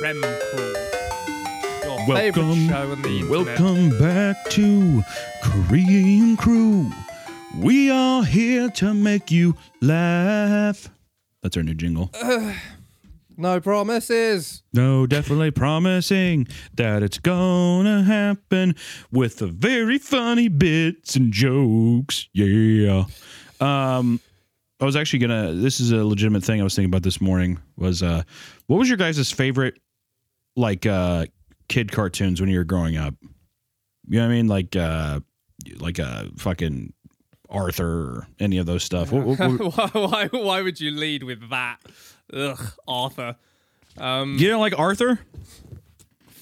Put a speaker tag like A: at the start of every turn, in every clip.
A: Prem Crew. Your favorite
B: Welcome,
A: show on the internet.
B: welcome back to Korean Crew. We are here to make you laugh. That's our new jingle.
C: No promises.
B: No, definitely promising that it's gonna happen with the very funny bits and jokes. Yeah. Um, I was actually gonna. This is a legitimate thing I was thinking about this morning. Was uh, what was your guys' favorite like uh kid cartoons when you were growing up? You know what I mean? Like uh, like uh, fucking Arthur or any of those stuff. What- what- what-
A: why, why, why would you lead with that? Ugh, Arthur. Um,
B: you don't like Arthur?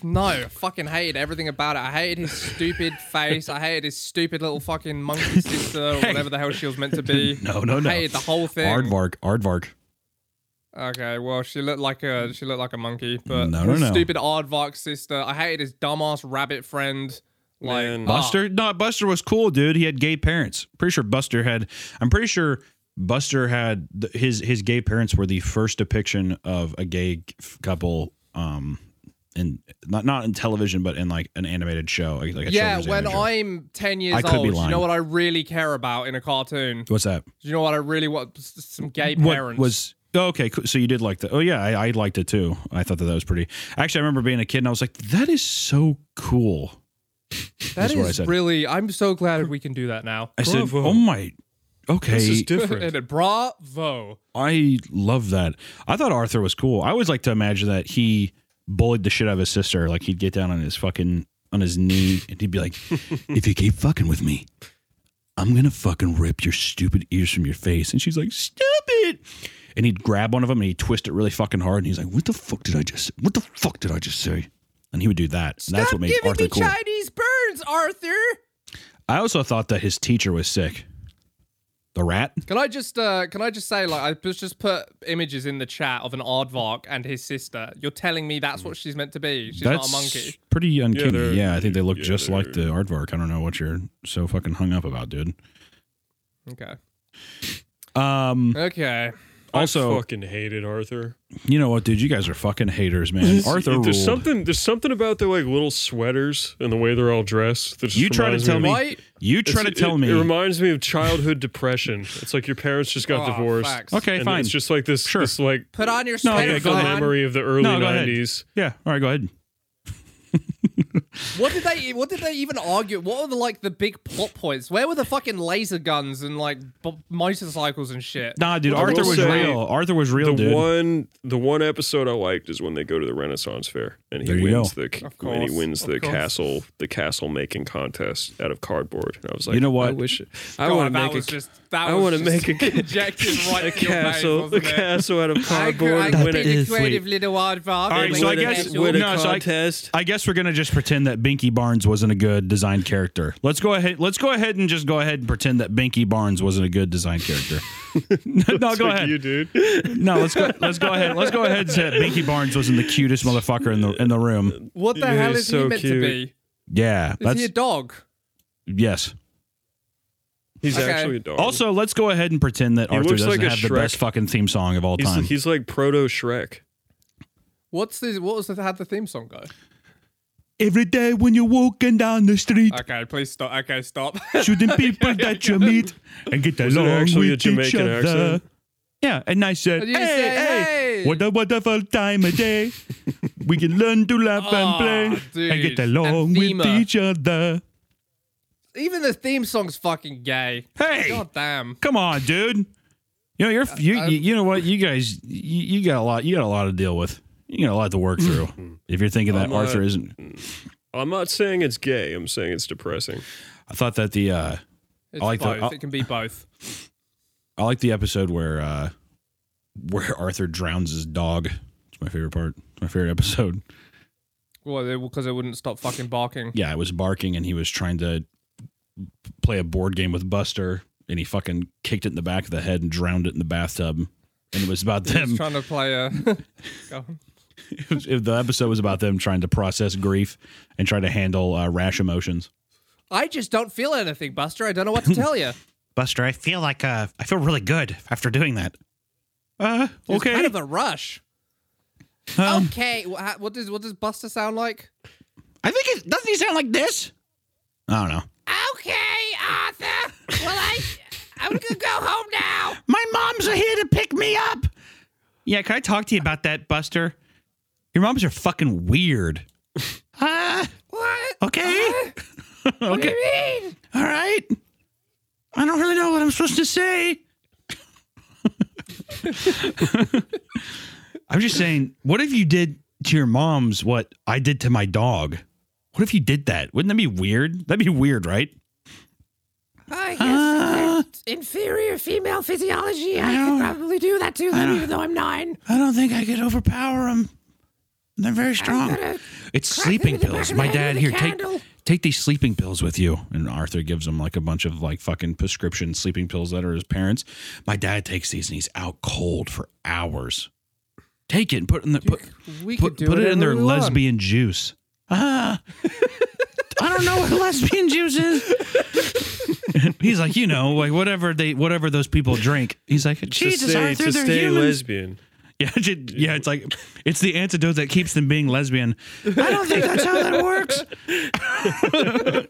C: No, I fucking hated everything about it. I hated his stupid face. I hated his stupid little fucking monkey sister or whatever the hell she was meant to be.
B: No, no, no.
C: I hated the whole thing.
B: Aardvark. Aardvark.
C: Okay, well, she looked like a she looked like a monkey, but
B: No, no,
C: his
B: no.
C: stupid aardvark sister. I hated his dumbass rabbit friend. Like
D: Man.
C: ah,
B: Buster? No, Buster was cool, dude. He had gay parents. Pretty sure Buster had. I'm pretty sure Buster had th- his his gay parents were the first depiction of a gay g- f- couple. Um, in not not in television, but in like an animated show. Like a
C: yeah,
B: children's
C: when
B: animated show.
C: I'm ten years
B: I could be
C: old, do you
B: lying.
C: know what I really care about in a cartoon? Do
B: what's that?
C: you know what I really want? S- s- Some gay
B: What
C: parents.
B: was? Oh, okay, cool. so you did like that. Oh yeah, I, I liked it too. I thought that that was pretty. Actually, I remember being a kid and I was like, that is so cool.
C: that
B: that's what I
C: is
B: said.
C: really. I'm so glad we can do that now.
B: I said,
D: Bravo.
B: oh my. Okay,
D: This is
C: And
D: different.
C: then, Bravo.
B: I love that. I thought Arthur was cool. I always like to imagine that he bullied the shit out of his sister. Like he'd get down on his fucking on his knee and he'd be like, "If you keep fucking with me, I'm gonna fucking rip your stupid ears from your face." And she's like, "Stupid." And he'd grab one of them and he'd twist it really fucking hard. And he's like, "What the fuck did I just? say? What the fuck did I just say?" And he would do that. And that's what made Arthur cool.
C: Chinese burns, Arthur.
B: I also thought that his teacher was sick. The rat.
C: Can I just uh, can I just say like I was just put images in the chat of an aardvark and his sister. You're telling me that's what she's meant to be. She's not a monkey.
B: Pretty uncanny. Yeah,
D: they're-
B: I think they look
D: yeah,
B: just like the
D: they're-
B: aardvark. I don't know what you're so fucking hung up about, dude.
C: Okay.
B: Um,
C: Okay.
B: also,
D: I fucking hated Arthur.
B: you know what, dude? You guys are fucking haters, man. Arthur ruled.
D: there's something there's something about their like little sweaters and the way they're all dressed. That just
B: You try to
D: reminds
B: tell
D: of-
B: me.
C: Right?
B: You try to
D: It's-
B: tell
D: it,
B: me.
D: It reminds me of childhood depression. It's like your parents just got
C: Oh,
D: divorced.
C: facts.
B: okay,
D: and
B: fine.
D: It's just like this.
B: Sure.
D: This like
C: Put on your
B: No,
C: sweater.
B: okay, go
D: a
B: ahead.
C: man.
D: memory of the early
B: No, go ahead.
D: 90s.
B: yeah. All right, go ahead.
C: What did they what did they even argue? What were the like the big plot points? Where were the fucking laser guns and like b- motorcycles and shit?
B: Nah, dude.
D: Well, I
B: Arthur
D: will
B: was
D: say
B: real. Arthur was real,
D: The
B: dude.
D: one, the one episode I liked is when they go to the Renaissance Fair and he
B: There you
D: wins the
C: Of
D: when he
C: course,
D: wins
C: of
D: the
C: course.
D: castle the castle making contest out of cardboard. And I was like,
B: You know what?
D: I wish I
C: God,
D: want to
C: that
D: make a,
C: was just that
D: I
C: was
D: wanna
C: just
D: make a-
C: injected right
D: a
C: in your face,
D: castle, a
C: wasn't it?
D: castle out of
C: I cre-
D: cardboard.
C: I
D: and win
C: created
D: a-
C: a creative little aardvark.
B: All right,
C: and
B: so I
C: made a
B: guess-
C: special-
B: win a no, so I- I guess we're gonna just pretend that Binky Barnes wasn't a good design character. Let's go ahead. Let's go ahead and just go ahead and pretend that Binky Barnes wasn't a good design character. no, go ahead.
D: you dude.
B: No, let's go. Let's go ahead. Let's go ahead and say that Binky Barnes wasn't the cutest motherfucker in the in the room.
C: What the
D: Yeah,
C: hell
D: he's
C: is he
D: so
C: meant
D: cute.
C: to be? Is
B: Yeah, that's
C: he a dog?
B: yes.
D: He's
C: Okay.
D: actually a dog.
B: Also, let's go ahead and pretend that
D: He
B: Arthur
D: looks
B: doesn't
D: like a
B: have the
D: Shrek.
B: best fucking theme song of all
D: he's,
B: time.
D: he's like proto Shrek.
C: What's the what was the, how'd the theme song go?
B: Every day when you're walking down the street,
C: Okay, please stop. Okay, stop.
B: shooting people that you meet and get
D: Was it
B: along
D: actually a
B: with
D: Jamaican
B: each other.
D: accent?
B: Yeah, and I said,
C: And
B: hey,
C: you say,
B: hey,
C: "Hey."
B: what a wonderful time of day. we can learn to laugh
C: Aw,
B: and play and
C: dude.
B: get along
C: And
B: with
C: Thema.
B: each other.
C: Even the theme song's fucking gay.
B: Hey!
C: God damn.
B: Come on, dude. You know you're you, you, you know what you guys you, you got a lot you got a lot to deal with. You got a lot to work through. if you're thinking that
D: I'm
B: Arthur
D: not-
B: isn't,
D: I'm not saying it's gay. I'm saying it's depressing.
B: I thought that the uh,
C: It's
B: I like
C: both.
B: that.
D: uh,
C: It can be both.
B: I like the episode where uh, where Arthur drowns his dog. It's my favorite part. It's my favorite episode.
C: Well, because it wouldn't stop fucking barking.
B: Yeah, it was barking and he was trying to play a board game with Buster, and he fucking kicked it in the back of the head and drowned it in the bathtub. And it was about
C: He's
B: them.
C: trying to play a. Go on.
B: it was- the episode was about them trying to process grief and try to handle uh, rash emotions.
C: I just don't feel anything, Buster. I don't know what to tell you.
B: Buster, I feel like uh, I feel really good after doing that. Uh,
C: It's kind of a rush. okay, wha- ha- what does what does Buster sound like?
B: I think it doesn't he sound like this? I don't know.
C: Okay, Arthur. Well, I I'm gonna go home now.
B: My moms are here to pick me up. Yeah, can I talk to you about that, Buster? Your moms are fucking weird. Ah,
C: What?
B: okay.
C: Uh,
B: okay.
C: I mean,
B: All right. I don't really know what I'm supposed to say. I'm just saying, what if you did to your mom's what I did to my dog? What if you did that? Wouldn't that be weird? That'd be weird, right?
E: I guess
B: Ah.
E: there's inferior female physiology. I
B: don't-
E: could probably do that to them, even though I'm nine.
B: I don't think I could overpower them. They're very strong.
E: gonna
B: It's
E: crack
B: sleeping
E: into the back
B: pills.
E: of
B: My
E: the head
B: dad
E: with a
B: here, take
E: candle."
B: take these sleeping pills with you. And Arthur gives him like a bunch of like fucking prescription sleeping pills that are his parents. My dad takes these and he's out cold for hours. Take it and put it in the put,
C: we could
B: put,
C: do
B: put it in
C: whenever
B: their
C: we want.
B: lesbian juice. Ah. I don't know what lesbian juice is. he's like, you know, like whatever they, whatever those people drink. He's like, Jesus,
D: to stay,
B: Arthur,
D: to
B: they're
D: stay
B: humans.
D: lesbian.
B: Yeah, it- yeah, it's like it's the antidote that keeps them being lesbian. I don't think that's how that works. I don't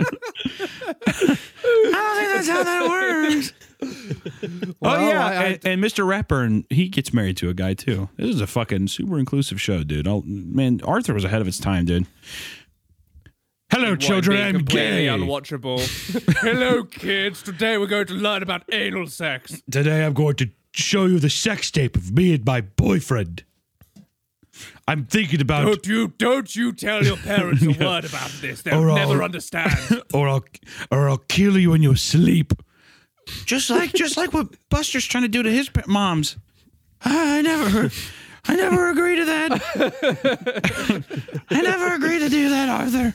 B: think that's how that works. oh
C: Well,
B: yeah,
C: I- I-
B: and, and Mr. Ratburn, he gets married to a guy too. This is a fucking super inclusive show, dude. I'll, man, Arthur was ahead of its time, dude. Hello,
C: What,
B: children.
C: being
B: I'm
C: completely
B: gay.
C: unwatchable. Hello, kids. Today we're going to learn about anal sex.
B: Today I'm going to show you the sex tape of me and my boyfriend. I'm thinking about
A: Don't you, don't you tell your parents a word about this. They'll
B: Or I'll-
A: never understand.
B: or I'll or I'll kill you in your sleep. Just like just like what Buster's trying to do to his pa- moms. I never I never agree to that. I never agree to do that, Arthur.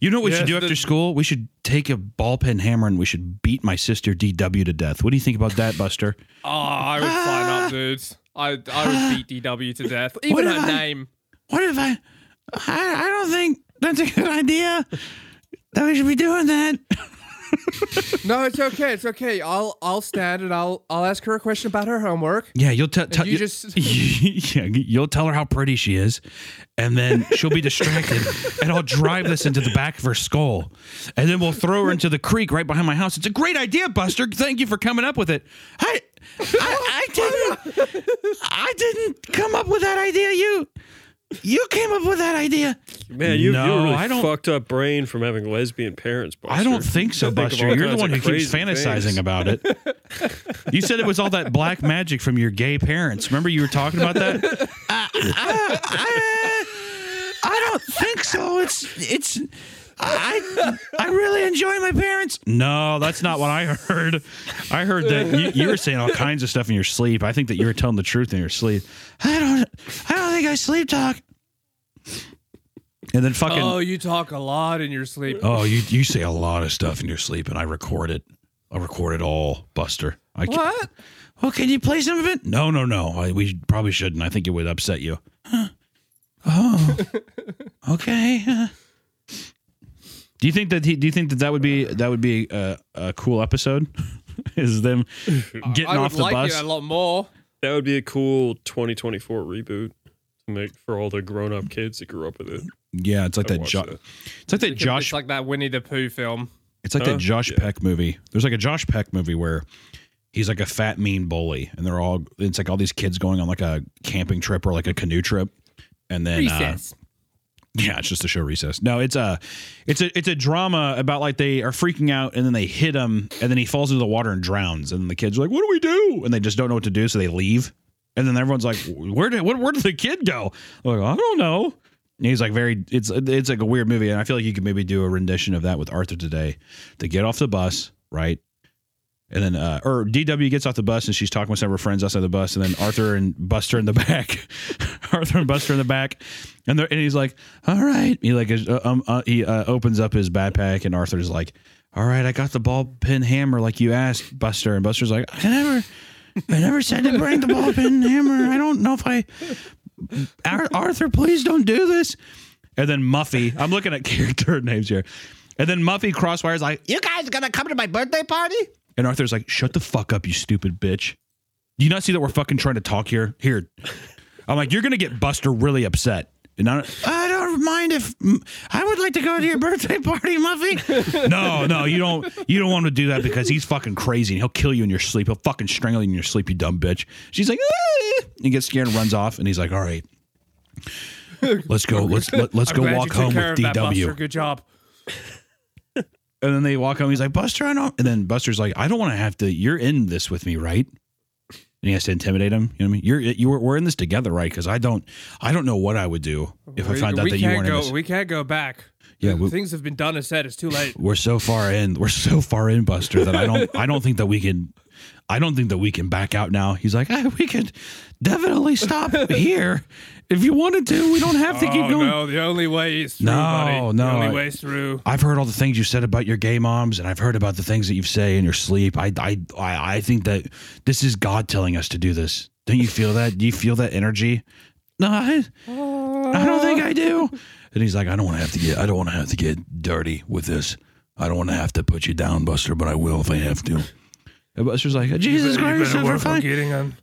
B: You know what we should do after school? We should take a ball pen hammer and we should beat my sister DW to death. What do you think about that, Buster?
C: Oh, I would sign up, dudes. I I would beat DW to death.
B: What
C: Even
B: if
C: her
B: I-
C: name.
B: What if I I, I don't think that's a good idea that we should be doing that.
C: No, it's okay. It's okay. I'll I'll stand and I'll I'll ask her a question about her homework.
B: Yeah, you'll tell. tell-
C: you
B: you-
C: just-
B: yeah, you'll tell her how pretty she is, and then she'll be distracted, and I'll drive this into the back of her skull, and then we'll throw her into the creek right behind my house. It's a great idea, Buster. Thank you for coming up with it. I, I, I didn't, I didn't come up with that idea. You, you came up with that idea.
D: Man, you, you have
B: No,
D: a really
B: I don't-
D: fucked up brain from having lesbian parents. Buster.
B: I don't think so,
D: Think of
B: Buster.
D: all
B: You're the
D: kinds
B: one who
D: of
B: keeps
D: crazy
B: fantasizing
D: things.
B: about it. You said it was all that black magic from your gay parents. Remember you were talking about that? I, don't think so. It's it's I I really enjoy my parents. No, that's not what I heard. I heard that you, you were saying all kinds of stuff in your sleep. I think that you were telling the truth in your sleep. I don't I don't think I sleep talk. And then fucking
C: Oh, you talk a lot in your sleep.
B: Oh, you you say a lot of stuff in your sleep, and I record it. I record it all, Buster. I can,
C: What?
B: Oh, can you play some of it? No, no, no. I, we probably shouldn't. I think it would upset you. Huh. Oh, okay. huh. Do you think that he, do you think that that would be that would be a, a cool episode? Is them getting
C: I would
B: off the
C: like
B: bus?
C: it a lot more.
D: That would be a cool 2024 reboot to make for all the grown-up kids that grew up with it.
B: yeah, it's like
D: I'd
B: that.
D: watch
B: Jo-
D: that.
B: it's like that Josh
C: It's like that Winnie the Pooh film.
B: It's like
D: Huh?
B: that Josh Peck movie. There's like a Josh Peck movie where he's like a fat mean bully, and they're all it's like all these kids going on like a camping trip or like a canoe trip, and then uh,
C: Recess.
B: yeah, it's just a show recess. No, it's a it's a it's a drama about like they are freaking out, and then they hit him, and then he falls into the water and drowns, and the kids are like, "What do we do?" And they just don't know what to do, so they leave, and then everyone's like, "Where did what, where did the kid go?" They're like, I don't know. And he's like very it's it's like a weird movie, and I feel like you could maybe do a rendition of that with Arthur today. They get off the bus, right? And then, uh, or DW gets off the bus and she's talking with some of her friends outside the bus. And then Arthur and Buster in the back, Arthur and Buster in the back, and they're- and he's like, "All right," he like is- uh, um, uh, he uh, opens up his backpack and Arthur's like, "All right, I got the ball pin hammer like you asked, Buster." And Buster's like, "I never, I never said to bring the ball pin hammer. I don't know if I, Ar- Arthur, please don't do this." And then Muffy, I'm looking at character names here. And then Muffy Crosswire's like, "You guys gonna come to my birthday party?" And Arthur's like, shut the fuck up, you stupid bitch. Do you not see that we're fucking trying to talk here? Here. I'm like, you're gonna get Buster really upset. And I don't, I don't mind if I would like to go to your birthday party, Muffy. no, no, you don't. You don't want to do that because he's fucking crazy and he'll kill you in your sleep. He'll fucking strangle you in your sleep, you dumb bitch. She's like, ah! he gets scared and runs off. And he's like, all right, let's go. Let's let, let's
A: I'm
B: go
A: glad
B: walk
A: you took
B: home
A: care
B: with
A: of that, Buster.
B: DW.
A: Good job.
B: And then they walk home. He's like, Buster, I don't. And then Buster's like, I don't want to have to. You're in this with me, right? And he has to intimidate him. You know what I mean? You're you were, we're in this together, right? Because I don't I don't know what I would do if I
A: We-
B: found out
A: we
B: that you
A: can't
B: weren't in
A: go.
B: this.
A: We can't go back.
B: Yeah, we-
A: things have been done and said. It's too late.
B: we're so far in we're so far in buster that i don't i don't think that we can i don't think that we can back out now he's like "Ah, we could definitely stop here if you wanted to we don't have to keep
A: oh
B: going
A: no, the only way is through,
B: No,
A: buddy.
B: no,
A: the only
B: I-
A: way is through.
B: I've heard all the things you said about your gay moms, and I've heard about the things that you say in your sleep. I, I, I, I think that this is God telling us to do this. Don't you feel that? Do you feel that energy? No, I, I don't think I do. And he's like, I don't want to have to get, I don't want to have to get dirty with this. I don't want to have to put you down, Buster, but I will if I have to. And Buster's like, Jesus Christ, that's
A: work on
B: fine."
A: getting on.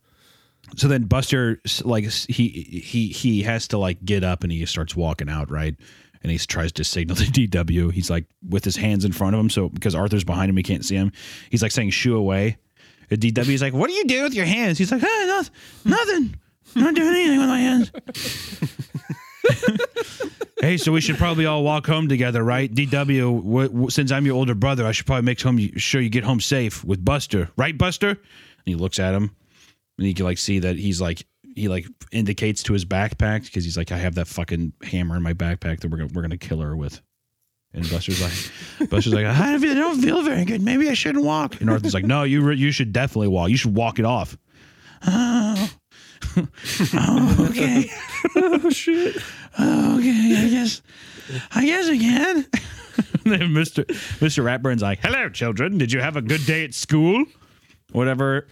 B: so then Buster s- like s- he he he has to like get up and he starts walking out right and he tries to signal to DW he's like with his hands in front of him so because Arthur's behind him he can't see him he's like saying shoo away and DW's like what do you do with your hands he's like hey, nothing nothing I'm not doing anything with my hands hey so we should probably all walk home together right DW w- w- since I'm your older brother I should probably make home sure you get home safe with Buster right Buster and he looks at him and you can like see that he's like he like indicates to his backpack because he's like I have that fucking hammer in my backpack that we're gonna we're gonna kill her with. And Buster's like, Buster's like, I don't feel- I don't feel very good. Maybe I shouldn't walk. And Arthur's like, No, you re- you should definitely walk. You should walk it off. Oh, oh okay,
D: Oh shit!
B: oh, okay. I guess, I guess I can. And then Mister Mister Ratburn's like, Hello, children. Did you have a good day at school? Whatever.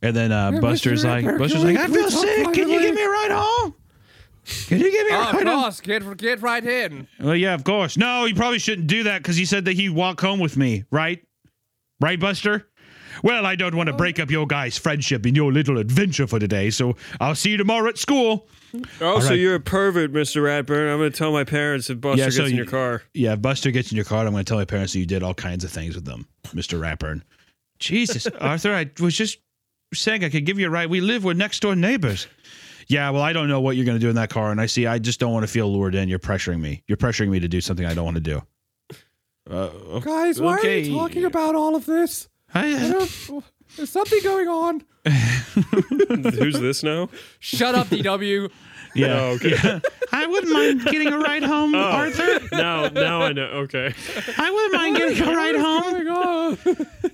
B: And then uh, Buster's like,
E: Ratburn,
B: Buster's
E: can
B: like,
E: we-
B: I
E: can we
B: feel
E: talk
B: sick. Can you
E: privately?"
B: give me a ride home? Can you give me a
C: Oh, of
B: ride home?
C: course, get get right in.
B: Well, yeah, of course. No, you probably shouldn't do that because he said that he'd walk home with me, right? Right, Buster? Well, I don't want to break up your guys' friendship in your little adventure for today, so I'll see you tomorrow at school.
D: Oh, so
B: right.
D: you're a pervert, Mr. Ratburn. I'm gonna tell my parents if Buster
B: Yeah,
D: gets
B: so
D: in
B: you-
D: your car.
B: Yeah, if Buster gets in your car, I'm going to tell my parents that you did all kinds of things with them, Mr. Rappern. Jesus, Arthur, I was just saying I could give you a ride. We live, we're next door neighbors. Yeah, well, I don't know what you're going to do in that car, and I see I just don't want to feel lured in. You're pressuring me. You're pressuring me to do something I don't want to do.
C: Guys, why are
B: Oh, Okay.
C: you talking about all of this? I don't- There's something going on.
D: Who's this now?
C: Shut up, DW.
B: Yeah.
D: Oh, okay.
B: I wouldn't mind getting a ride home, Arthur.
D: Now, now I know. Okay.
B: I wouldn't mind getting a ride home.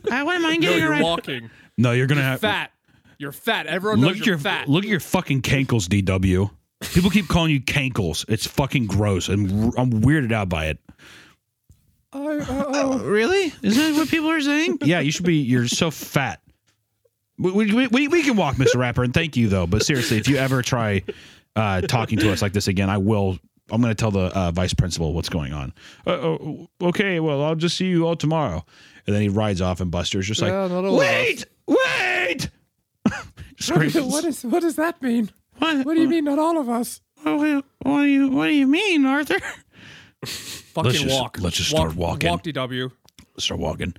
B: I wouldn't mind
C: No,
B: getting a
C: you're
B: ride.
C: walking.
B: no, you're gonna have
C: Fat. You're fat. Everyone
B: look
C: knows
B: at
C: you're
B: your
C: fat.
B: look at your fucking cankles, DW. People keep calling you cankles. It's fucking gross. I'm I'm weirded out by it.
A: uh,
B: really? Is that what people are saying? yeah, you should be. You're so fat. We, we, we, we can walk, Mr. Rapper, and thank you though. But seriously, if you ever try uh, talking to us like this again, I will. I'm going to tell the uh, vice principal what's going on. Uh, oh, okay, well, I'll just see you all tomorrow. And then he rides off, and Buster's just like,
C: Yeah, not all of us.
B: wait, wait. Screams.
C: what is what does that mean?
B: What?
C: What do you mean? Not all of us.
B: What, what do you What do you mean, Arthur?
C: Fucking
B: just-
C: walk.
B: let's just
C: walk,
B: start walking.
C: Walk, DW.
B: Start walking,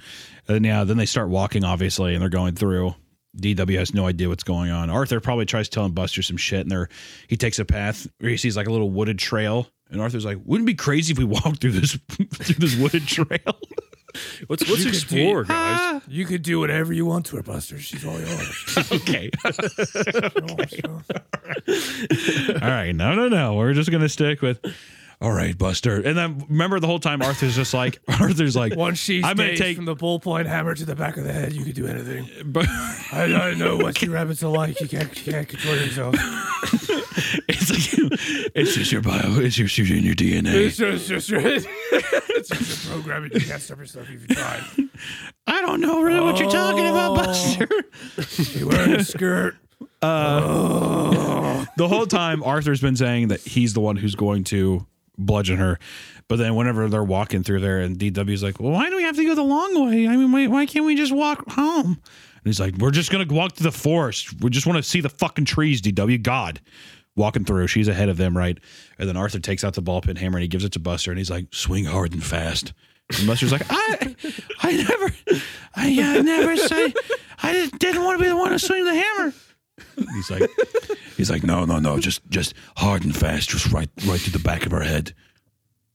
B: and yeah, then they start walking, obviously, and they're going through. DW has no idea what's going on. Arthur probably tries telling Buster some shit, and they're he takes a path where he sees like a little wooded trail, and Arthur's like, "Wouldn't it be crazy if we walked through this through this wooded trail?"
D: Let's let's explore, guys.
B: Ah.
A: You could do whatever you want to her, Buster. She's all yours.
B: okay, all right, no, no, no, we're just gonna stick with. All right, Buster, and then remember the whole time Arthur's just like Arthur's like
A: Once she's
B: I'm gonna
A: dazed
B: take-
A: from the ballpoint hammer to the back of the head, you could do anything.
B: Bu-
A: I don't know what you rabbits are like. You can't, you can't control yourself.
B: It's like it's just your bio. It's your shooting in your
A: It's
B: DNA.
A: just, it's just, it's just a programming. You can't stop yourself if you try.
B: I don't know really what you're talking about, Buster.
A: You wearing a skirt.
B: The whole time Arthur's been saying that he's the one who's going to bludgeon her, but then whenever they're walking through there, and DW's like, "Well, why do we have to go the long way? I mean, why, why can't we just walk home?" And he's like, "We're just gonna walk to the forest. We just want to see the fucking trees, DW. God, walking through. She's ahead of them, right? And then Arthur takes out the ball pit hammer and he gives it to Buster and he's like, swing hard and fast. And Buster's like, I, I never, I uh, never say, I just didn't want to be the one to swing the hammer. He's like, he's like, no, no, no, just, just hard and fast, just right, right to the back of her head.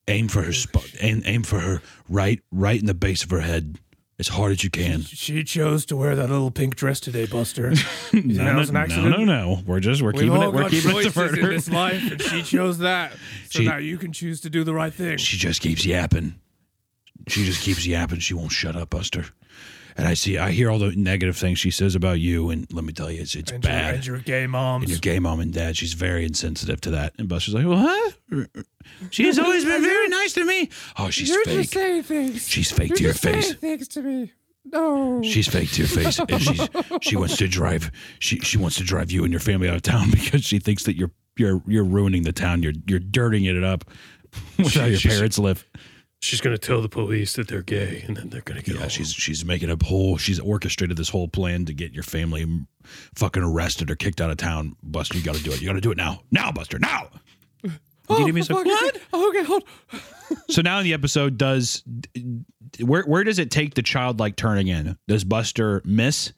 B: Aim for her spot, aim, aim for her right, right in the base of her head, as hard as you can.
F: She chose to wear that little pink dress today, Buster.
B: No,
F: that
B: no,
F: was an
B: no,
F: accident?
B: no, no. We're just we're
F: We've
B: keeping
F: all
B: it. We're
F: got
B: keeping it to
F: choices in
B: murder.
F: this life, and she chose that. So
B: She-
F: now you can choose to do the right thing.
B: She just keeps yapping. She just keeps yapping. She won't shut up, Buster. And I see, I hear all the negative things she says about you, and let me tell you, it's it's
F: and, your,
B: bad.
F: and your gay
B: and your
F: moms.
B: gay mom and dad, she's very insensitive to that. And Buster's like, well, huh? She's always been very nice to me. Oh, she's
E: You're
B: fake.
E: just saying things.
B: she's fake
E: You're
B: to your
E: just saying
B: face.
E: things to me. No.
B: She's fake to your face, and she's she wants to drive she she wants to drive you and your family out of town because she thinks that you're you're you're ruining the town. You're you're dirtying it up with how your
D: She's-
B: parents live.
D: She's gonna tell the police that they're gay, and then they're gonna get
B: Yeah,
D: all-
B: she's she's making a whole she's orchestrated this whole plan to get your family m- fucking arrested or kicked out of town. Buster, you got to do it. You got to do it now, now, Buster, now. DDB's like, what?
C: Oh, okay, hold.
B: So now the episode does where where does it take the childlike turn again? Does Buster miss?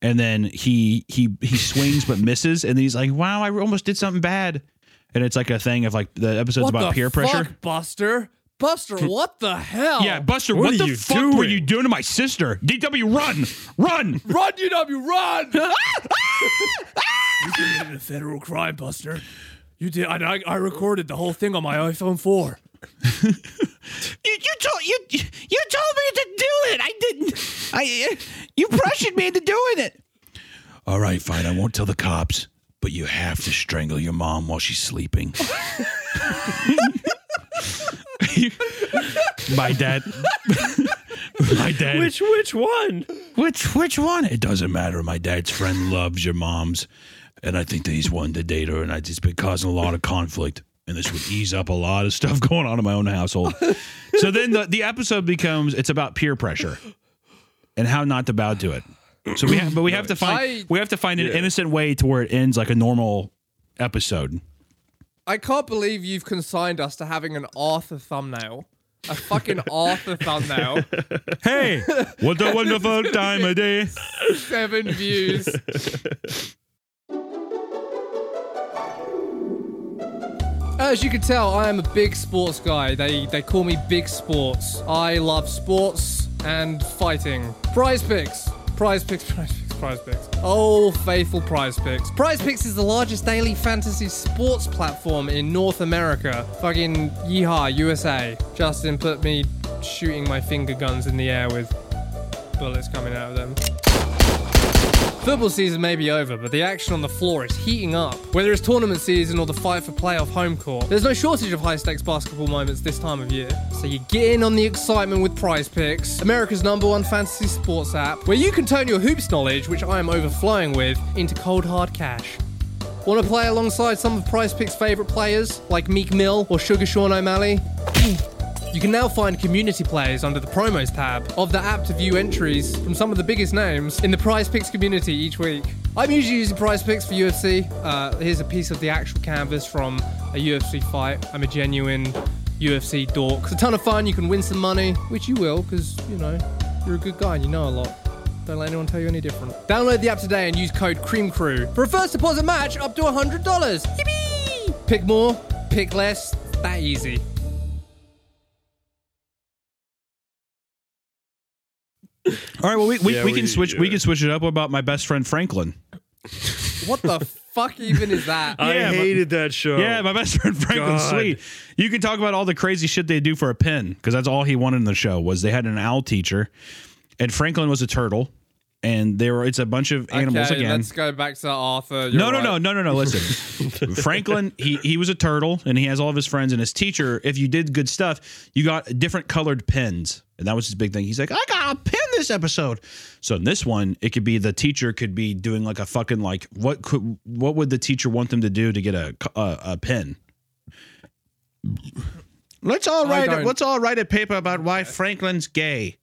B: And then he he he swings but misses, and then he's like, "Wow, I almost did something bad." And it's like a thing of like the episode's
C: What
B: about
C: the
B: peer
C: fuck,
B: pressure.
C: Buster? Buster, what the hell?
B: Yeah, Buster,
D: What
B: what,
D: are
B: the
D: you
B: fuck were
D: doing?
B: you doing to my sister? DW, run, run!
C: Run, UW, run!
B: Ah,
F: You committed a federal crime, Buster. You did. And I, I recorded the whole thing on my iPhone 4.
B: You, you told you you told me to do it. I didn't. I you pressured me into doing it. All right, fine. I won't tell the cops, but you have to strangle your mom while she's sleeping. my dad. my dad.
D: Which which one?
B: Which which one? It doesn't matter. My dad's friend loves your mom's, and I think that he's wanting to date her, and I just been causing a lot of conflict. And this would ease up a lot of stuff going on in my own household. so then the, the episode becomes it's about peer pressure and how not to bow to it. So we have, but we have to find
C: I-
B: we have to find an innocent way to where it ends like a normal episode.
C: I can't believe you've consigned us to having an Arthur thumbnail. A fucking Arthur thumbnail.
B: Hey, what a wonderful time of day!
C: Seven views. As you can tell, I am a big sports guy. They they call me Big Sports. I love sports and fighting. Prize picks. Prize picks, prize picks, prize picks. Oh, faithful prize picks. Prize picks is the largest daily fantasy sports platform in North America. Fucking yeehaw, USA. Justin put me shooting my finger guns in the air with bullets coming out of them. Football season may be over, but the action on the floor is heating up. Whether it's tournament season or the fight for playoff home court, there's no shortage of high stakes basketball moments this time of year. So you get in on the excitement with Prize Picks, America's number one fantasy sports app, where you can turn your hoops knowledge, which I am overflowing with, into cold hard cash. Want to play alongside some of Prize Picks' favorite players, like Meek Mill or Sugar Sean O'Malley? You can now find community players under the promos tab of the app to view entries from some of the biggest names in the prize picks community each week. I'm usually using prize picks for UFC. Uh, here's a piece of the actual canvas from a UFC fight. I'm a genuine UFC dork. It's a ton of fun. You can win some money, which you will, because, you know, you're a good guy and you know a lot. Don't let anyone tell you any different. Download the app today and use code CREAMCREW for a first deposit match up to $100. Yippee! Pick more, pick less, that easy.
B: All right, well we, we,
D: Yeah,
B: we
D: we-
B: can switch we
D: yeah.
B: can switch it up. What about my best friend Franklin?
C: What the fuck even is that?
D: I
B: Yeah, but-
D: hated that show.
B: Yeah, my best friend Franklin
D: God.
B: Sweet. You can talk about all the crazy shit they do for a pin because that's all he wanted in the show was they had an owl teacher, and Franklin was a turtle, and there were it's a bunch of animals
C: okay,
B: again.
C: let's go back to Arthur. You're
B: No, no,
C: right.
B: no, no, no, no. Listen, Franklin, he he was a turtle, and he has all of his friends. And his teacher, if you did good stuff, you got different colored pins, and that was his big thing. He's like, I got a pin this episode. So in this one, it could be the teacher could be doing like a fucking like what could what would the teacher want them to do to get a co- a, a pin. Let's all
C: I
B: write. A,
C: don't-
B: let's all write a paper about why Franklin's gay.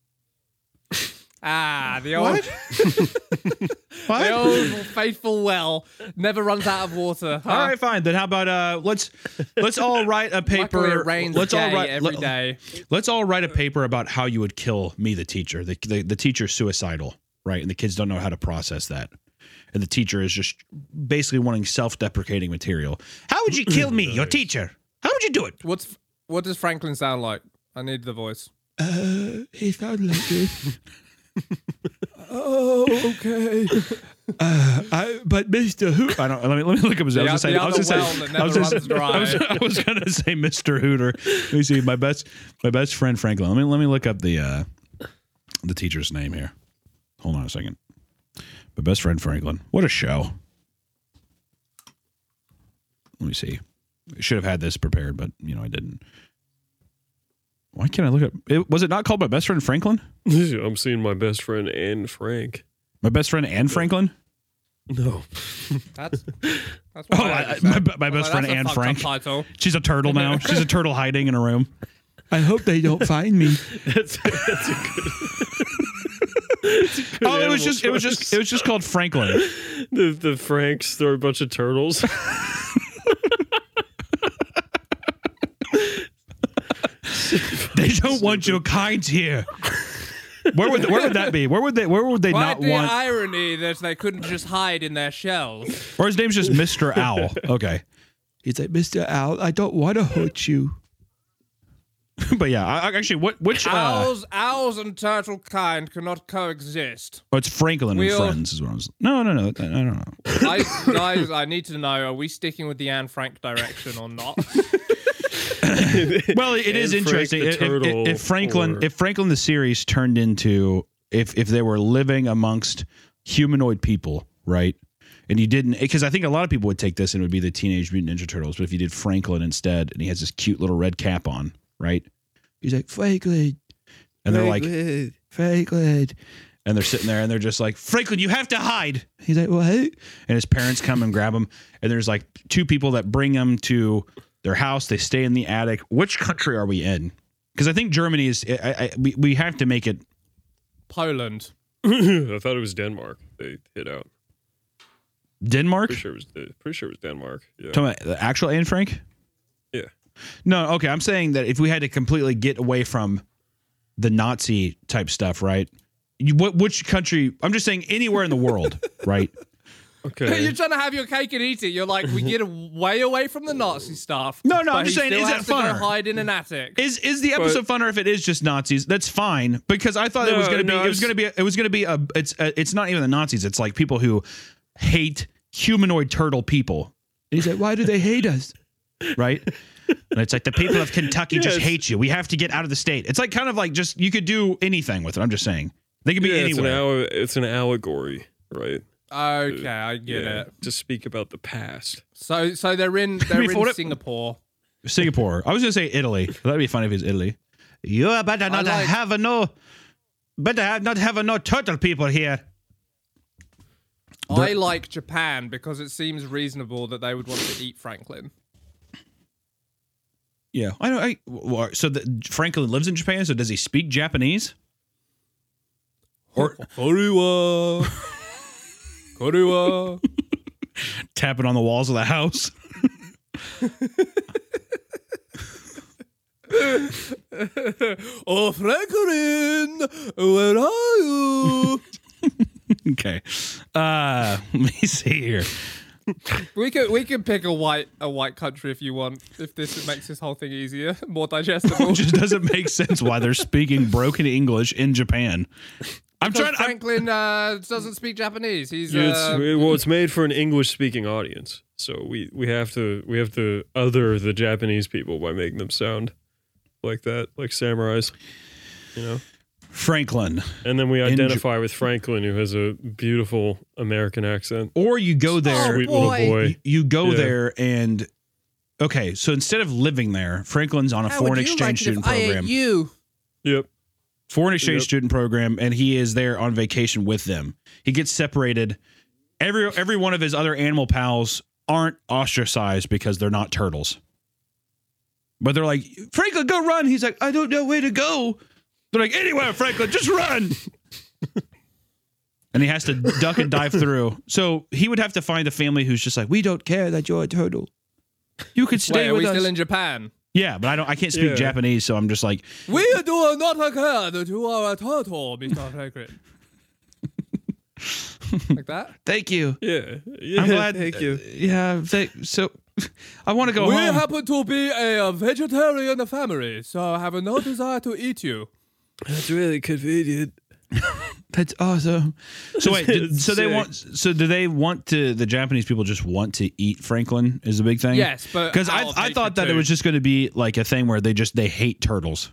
C: Ah, the old.
B: What?
C: The old faithful well never runs out of water. huh?
B: All right, fine. Then how about uh, let's let's all write a paper.
C: Luckily, it rains
B: let's
C: a
B: all
C: day
B: write
C: every
B: let,
C: day.
B: us all write a paper about how you would kill me, the teacher. The, the the teacher's suicidal, right? And the kids don't know how to process that. And the teacher is just basically wanting self-deprecating material. How would you kill me, your teacher? How would you do it?
C: What's what does Franklin sound like? I need the voice.
E: Uh, he sounded like this. oh, okay.
B: I, but Mister Who, I don't. Let me let me look up his. I
C: The
B: was
C: o-
B: gonna
C: the
B: say- I
C: other well
B: was gonna
C: that
B: say- I was
C: never
B: gonna-
C: runs
B: I was- I was gonna say Mister Hooter. Let me see my best my best friend Franklin. Let me let me look up the uh, the teacher's name here. Hold on a second. My best friend Franklin. What a show. Let me see. I should have had this prepared, but you know I didn't. Why can't I look up? It, was it not called my best friend Franklin?
D: I'm seeing my best friend and Frank.
B: My best friend and Franklin.
D: No.
C: That's that's
B: Oh,
C: what I
B: I,
C: understand.
B: my, my
C: Well,
B: best
C: that's
B: friend
C: a
B: Anne
C: fucked up
B: Frank.
C: title.
B: She's a turtle now. She's a turtle hiding in a room.
E: I hope they don't find me.
D: That's, that's a good. that's a good
B: Oh, it was
D: animal
B: just it was just it
D: choice.
B: was just called Franklin.
D: the, the Franks throw a bunch of turtles.
B: They don't want your kinds here. Where would where would that be? Where would they where would they
C: Why
B: not
C: the
B: want?
C: irony that they couldn't just hide in their shells?
B: Or his name's just Mr. Owl. Okay,
E: He's like, Mr. Owl, I don't want to hurt you.
B: but yeah, I, I- actually, what which uh,
C: owls, owls, and turtle kind cannot coexist.
B: oh, it's Franklin and
C: We all-
B: Friends is what I was. No, no, no, I don't know.
C: I, guys, I need to know: Are we sticking with the Anne Frank direction or not?
B: Well, it is
D: And Frank
B: interesting.
D: the
B: If- if-
D: Turtle,
B: if, Franklin,
D: or-
B: if Franklin the series turned into if if they were living amongst humanoid people, right? And you didn't, because I think a lot of people would take this and it would be the Teenage Mutant Ninja Turtles. But if you did Franklin instead, and he has this cute little red cap on, right?
E: He's like, Franklin.
B: And they're like,
E: Franklin, Franklin.
B: and they're sitting there, and they're just like, Franklin, you have to hide.
E: He's like, what?
B: and his parents come and grab him and there's like two people that bring him to their house they stay in the attic which country are we in because i think germany is I, I, we, we have to make it
C: Poland.
D: I thought it was Denmark. They hit out.
B: denmark
D: Pretty sure it was. Pretty sure it was Denmark. Yeah.
B: Talking about the actual anne frank
D: Yeah.
B: no okay i'm saying that if we had to completely get away from the nazi type stuff right you, what, which country i'm just saying anywhere in the world right
D: Okay.
C: You're trying to have your cake and eat it. You're like, we get way away from the Nazi stuff.
B: No, no,
C: but
B: I'm just
C: he
B: saying,
C: still
B: is
C: has
B: it
C: to go
B: funner?
C: Hide in an attic.
B: Is is the episode funner if it is just Nazis? That's fine because I thought it was
D: No,
B: gonna be
D: no,
B: it was
D: it's-
B: gonna be it was gonna be a it's a, it's not even the Nazis. It's like people who hate humanoid turtle people,
E: And he's like, why do they hate us?
B: right? and it's like the people of Kentucky just
D: Yes.
B: hate you. We have to get out of the state. It's like kind of like just you could do anything with it. I'm just saying they could be
D: Yeah, it's an
B: anywhere.
D: alle- it's an allegory, right?
C: Okay, I get it.
D: To speak about the past.
C: So, so they're in they're
B: mean, what
C: in
B: if-
C: Singapore.
B: Singapore. I was gonna say Italy. That'd be funny if it's Italy. You better not
C: like-
B: have a no, better have not have a no turtle people here.
C: I like Japan because it seems reasonable that they would want to eat Franklin.
B: Yeah, I know. I well, so the, Franklin lives in Japan. So does he speak Japanese? Or
C: Koriwa, Koriwa.
B: tapping on the walls of the house?
C: Oh, Franklin, where are you?
B: okay, uh, let me see here.
C: we could we could pick a white a white country if you want. If this makes this whole thing easier, more digestible.
B: It just doesn't make sense why they're speaking broken English in Japan. I'm trying.
C: Because
B: I'm, Oh,
C: Franklin uh, doesn't speak Japanese. He's
D: Yeah,
C: uh,
D: it's, well, it's made for an English-speaking audience, so we we have to we have to other the Japanese people by making them sound like that, like samurais, you know.
B: Franklin,
D: And then we
B: Ja-
D: identify with Franklin, who has a beautiful American accent.
B: or you go there.
D: Sweet little
C: boy.
D: boy.
B: you go
D: Yeah.
B: there and okay. So instead of living there, Franklin's on a foreign exchange student program.
C: you.
D: Yep.
B: foreign exchange
D: Yep.
B: student program and he is there on vacation with them. He gets separated. Every every one of his other animal pals aren't ostracized because they're not turtles. But they're like, Franklin, go run. He's like, I don't know where to go. They're like, anywhere, Franklin, just run. and he has to duck and dive through. So he would have to find a family who's just like, we don't care that you're a turtle. You could
C: Wait,
B: stay
C: are we
B: with
C: still
B: us.
C: in Japan?
B: yeah, but I don't. I can't speak
D: Yeah.
B: Japanese, so I'm just like,
C: We do not occur that you are a turtle, Mr. Flagrant. like that?
E: Thank you.
D: Yeah. yeah
B: I'm glad.
D: Thank you.
E: Yeah, thank, so
B: I want to go
C: we
B: home.
C: happen to be a vegetarian family, so I have no desire to eat you.
D: That's really convenient.
E: that's awesome.
B: oh, so wait, did, so they
D: Sick.
B: want. So do they want to? The Japanese people just want to eat Franklin is the big thing.
C: Yes, but
B: because
C: out
B: I,
C: of
B: I
C: hatred
B: thought that it
C: too.
B: was just going to be like a thing where they just they hate turtles.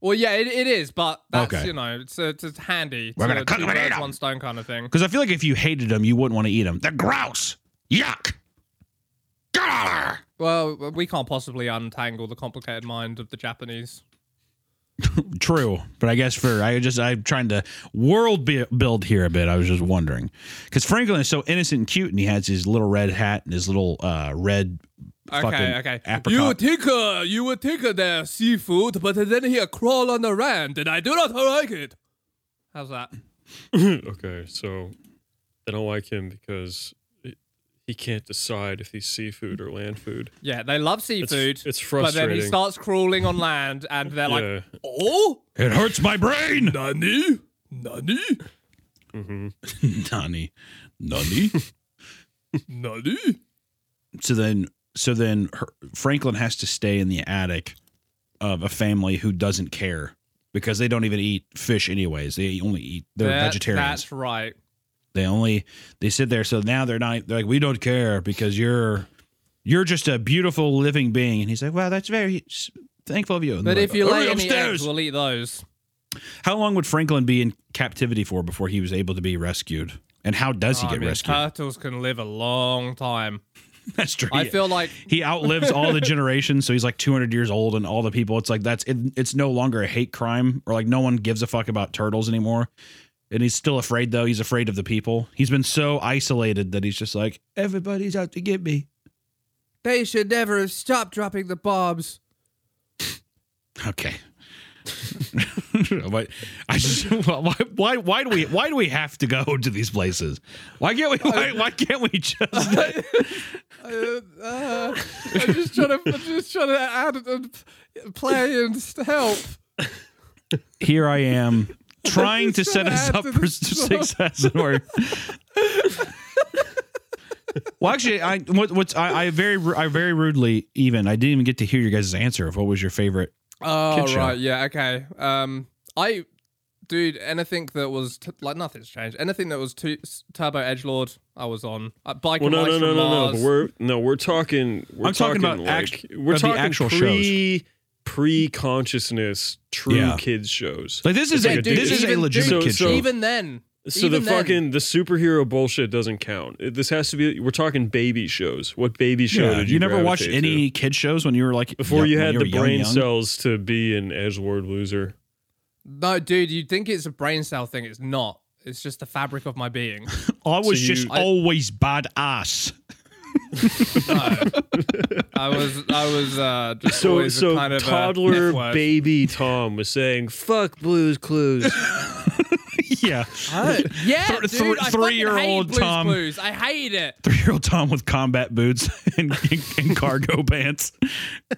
C: Well, yeah, it, it is, but that's
B: Okay.
C: you know, it's it's just handy.
B: We're
C: to,
B: gonna cook
C: two
B: them and eat
C: birds,
B: 'em.
C: one stone kind of thing.
B: Because I feel like if you hated them, you wouldn't want to eat them. They're grouse. Yuck. Get out of here.
C: Well, we can't possibly untangle the complicated mind of the Japanese.
B: True, but I guess for I just I'm trying to world bu- build here a bit. I was just wondering because Franklin is so innocent and cute, and he has his little red hat and his little uh, red
C: Okay,
B: fucking
C: okay. You
B: apricot.
C: take uh, you would take uh, the seafood, but then he crawl on the rand, and I do not like it. How's that?
D: Okay, so they don't like him because he- he can't decide if he's seafood or land food.
C: Yeah, they love
D: It's,
C: seafood,
D: it's
C: but
D: frustrating.
C: then he starts crawling on land, and they're like,
D: yeah.
C: "Oh,
B: it hurts my brain.
F: Nani? Nani?
D: Mm-hmm.
B: Nani, Nani.
F: Nani?
B: so then, so then her, Franklin has to stay in the attic of a family who doesn't care because they don't even eat fish anyways. They only eat they're
C: that-
B: vegetarians.
C: That's right.
B: They only they sit there. So now they're not. They're like, we don't care because you're you're just a beautiful living being. And he's like, wow, that's very s- thankful of you. And
C: But
B: they're
C: if
B: like,
C: you
B: "Hurry
C: lay any
B: upstairs."
C: eggs, we'll eat those.
B: how long would Franklin be in captivity for before he was able to be rescued? And how does he
C: Oh, I
B: get
C: mean,
B: rescued?
C: turtles can live a long time.
B: that's true.
C: I feel like
B: he outlives all the generations, so he's like 200 years old, and all the people. It's like that's it, it's no longer a hate crime, or like no one gives a fuck about turtles anymore. And he's still afraid though. He's afraid of the people. He's been so isolated that he's just like,
E: Everybody's out to get me.
C: They should never have stopped dropping the bombs.
B: Okay. but I just why, why why do we why do we have to go to these places? Why can't we why, why can't we just
C: Uh, I'm just trying to, I'm just trying to add and play and help.
B: Here I am trying to set us
C: add
B: up
C: to
B: for
C: the
B: success and we're Well, actually, I what, what's I, I very ru- I very rudely even I didn't even get to hear your guys' answer of what was your favorite.
C: Oh
B: Kid show.
C: right, yeah, okay. Um, I, dude, anything that was t- like nothing's changed. Anything that was tu- s- Turbo Edge Lord, I was on. Uh, Bike
D: Well,
C: and
D: no,
C: Rice
D: no, no,
C: from
D: no, no.
C: Mars.
D: But we're no, we're talking. We're
B: I'm talking about
D: like,
B: act-
D: we're
B: of the
D: talking
B: actual shows.
D: pre, Pre-consciousness, true
B: Yeah.
D: kids shows.
B: Like this is
D: It's like
B: a,
D: a
B: this
D: dude-
B: is a
C: even-
B: legitimate
D: so-
B: kid
D: so-
B: show.
C: Even then,
D: So
C: even
D: the
C: then-
D: fucking the superhero bullshit doesn't count. It- This has to be. We're talking baby shows. What baby show
B: Yeah,
D: did
B: you,
D: you
B: never watched
D: gravitate to?
B: any kid shows when you were like
D: before
B: young-
D: you
B: when
D: had
B: were
D: the
B: young,
D: brain
B: young?
D: cells to be an Edgeward loser.
C: no, dude, you think it's a brain cell thing? It's not. It's just the fabric of my being.
B: I was
D: So
B: just
D: you-
B: always badass.
C: I was, I was uh, just
D: So,
C: always a
D: so
C: kind of a
D: toddler
C: F-word.
D: baby Tom was saying, "Fuck Blues Clues."
B: yeah.
C: Yeah,
B: Th-
C: dude,
B: th-
C: I
B: three-year-old
C: fucking hate Blues
B: Tom.
C: Clues. I hate it.
B: Three year old Tom with combat boots and, and, and cargo pants,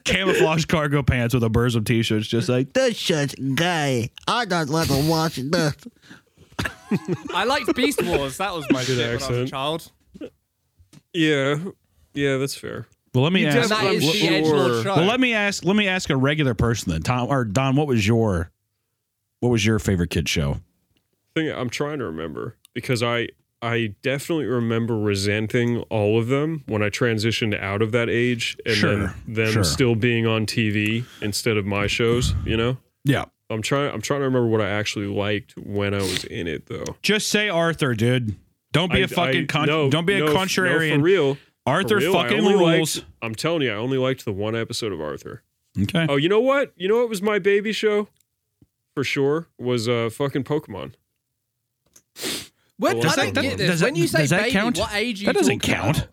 B: camouflage cargo pants with a Burzum t shirt. It's just like,
G: This shit's gay. I don't like to watch this.
C: I liked Beast Wars. That was my shit when I was a
D: accent.
C: child.
D: yeah, yeah, that's fair.
B: well, let me ask.
C: And that is
D: I'm
C: the
D: sure.
C: Edgelord show.
B: Well, let me ask. Let me ask a regular person then, Tom or Don. What was your, what was your favorite kid show?
D: thing I'm trying to remember because I I definitely remember resenting all of them when I transitioned out of that age and
B: Sure,
D: then them
B: sure.
D: still being on TV instead of my shows, you know?
B: Yeah,
D: I'm trying I'm trying to remember what I actually liked when I was in it though.
B: just say Arthur, dude. Don't be
D: I-
B: a fucking
D: I-
B: con-
D: no,
B: don't be
D: no,
B: a
D: f- no,
B: contrarian.
D: for real.
B: Arthur
D: for real, I
B: fucking
D: only liked-
B: rules.
D: I'm telling you, I only liked the one episode of Arthur.
B: Okay.
D: Oh, you know what? You know what was my baby show? For sure was uh fucking Pokemon.
C: When, I
D: Well, does
C: don't
D: that-
C: get
B: that- does
C: this.
B: that-
C: When you say
B: does that
C: baby,
B: count?
C: what age are you
B: That doesn't
C: talking
B: count.
C: about?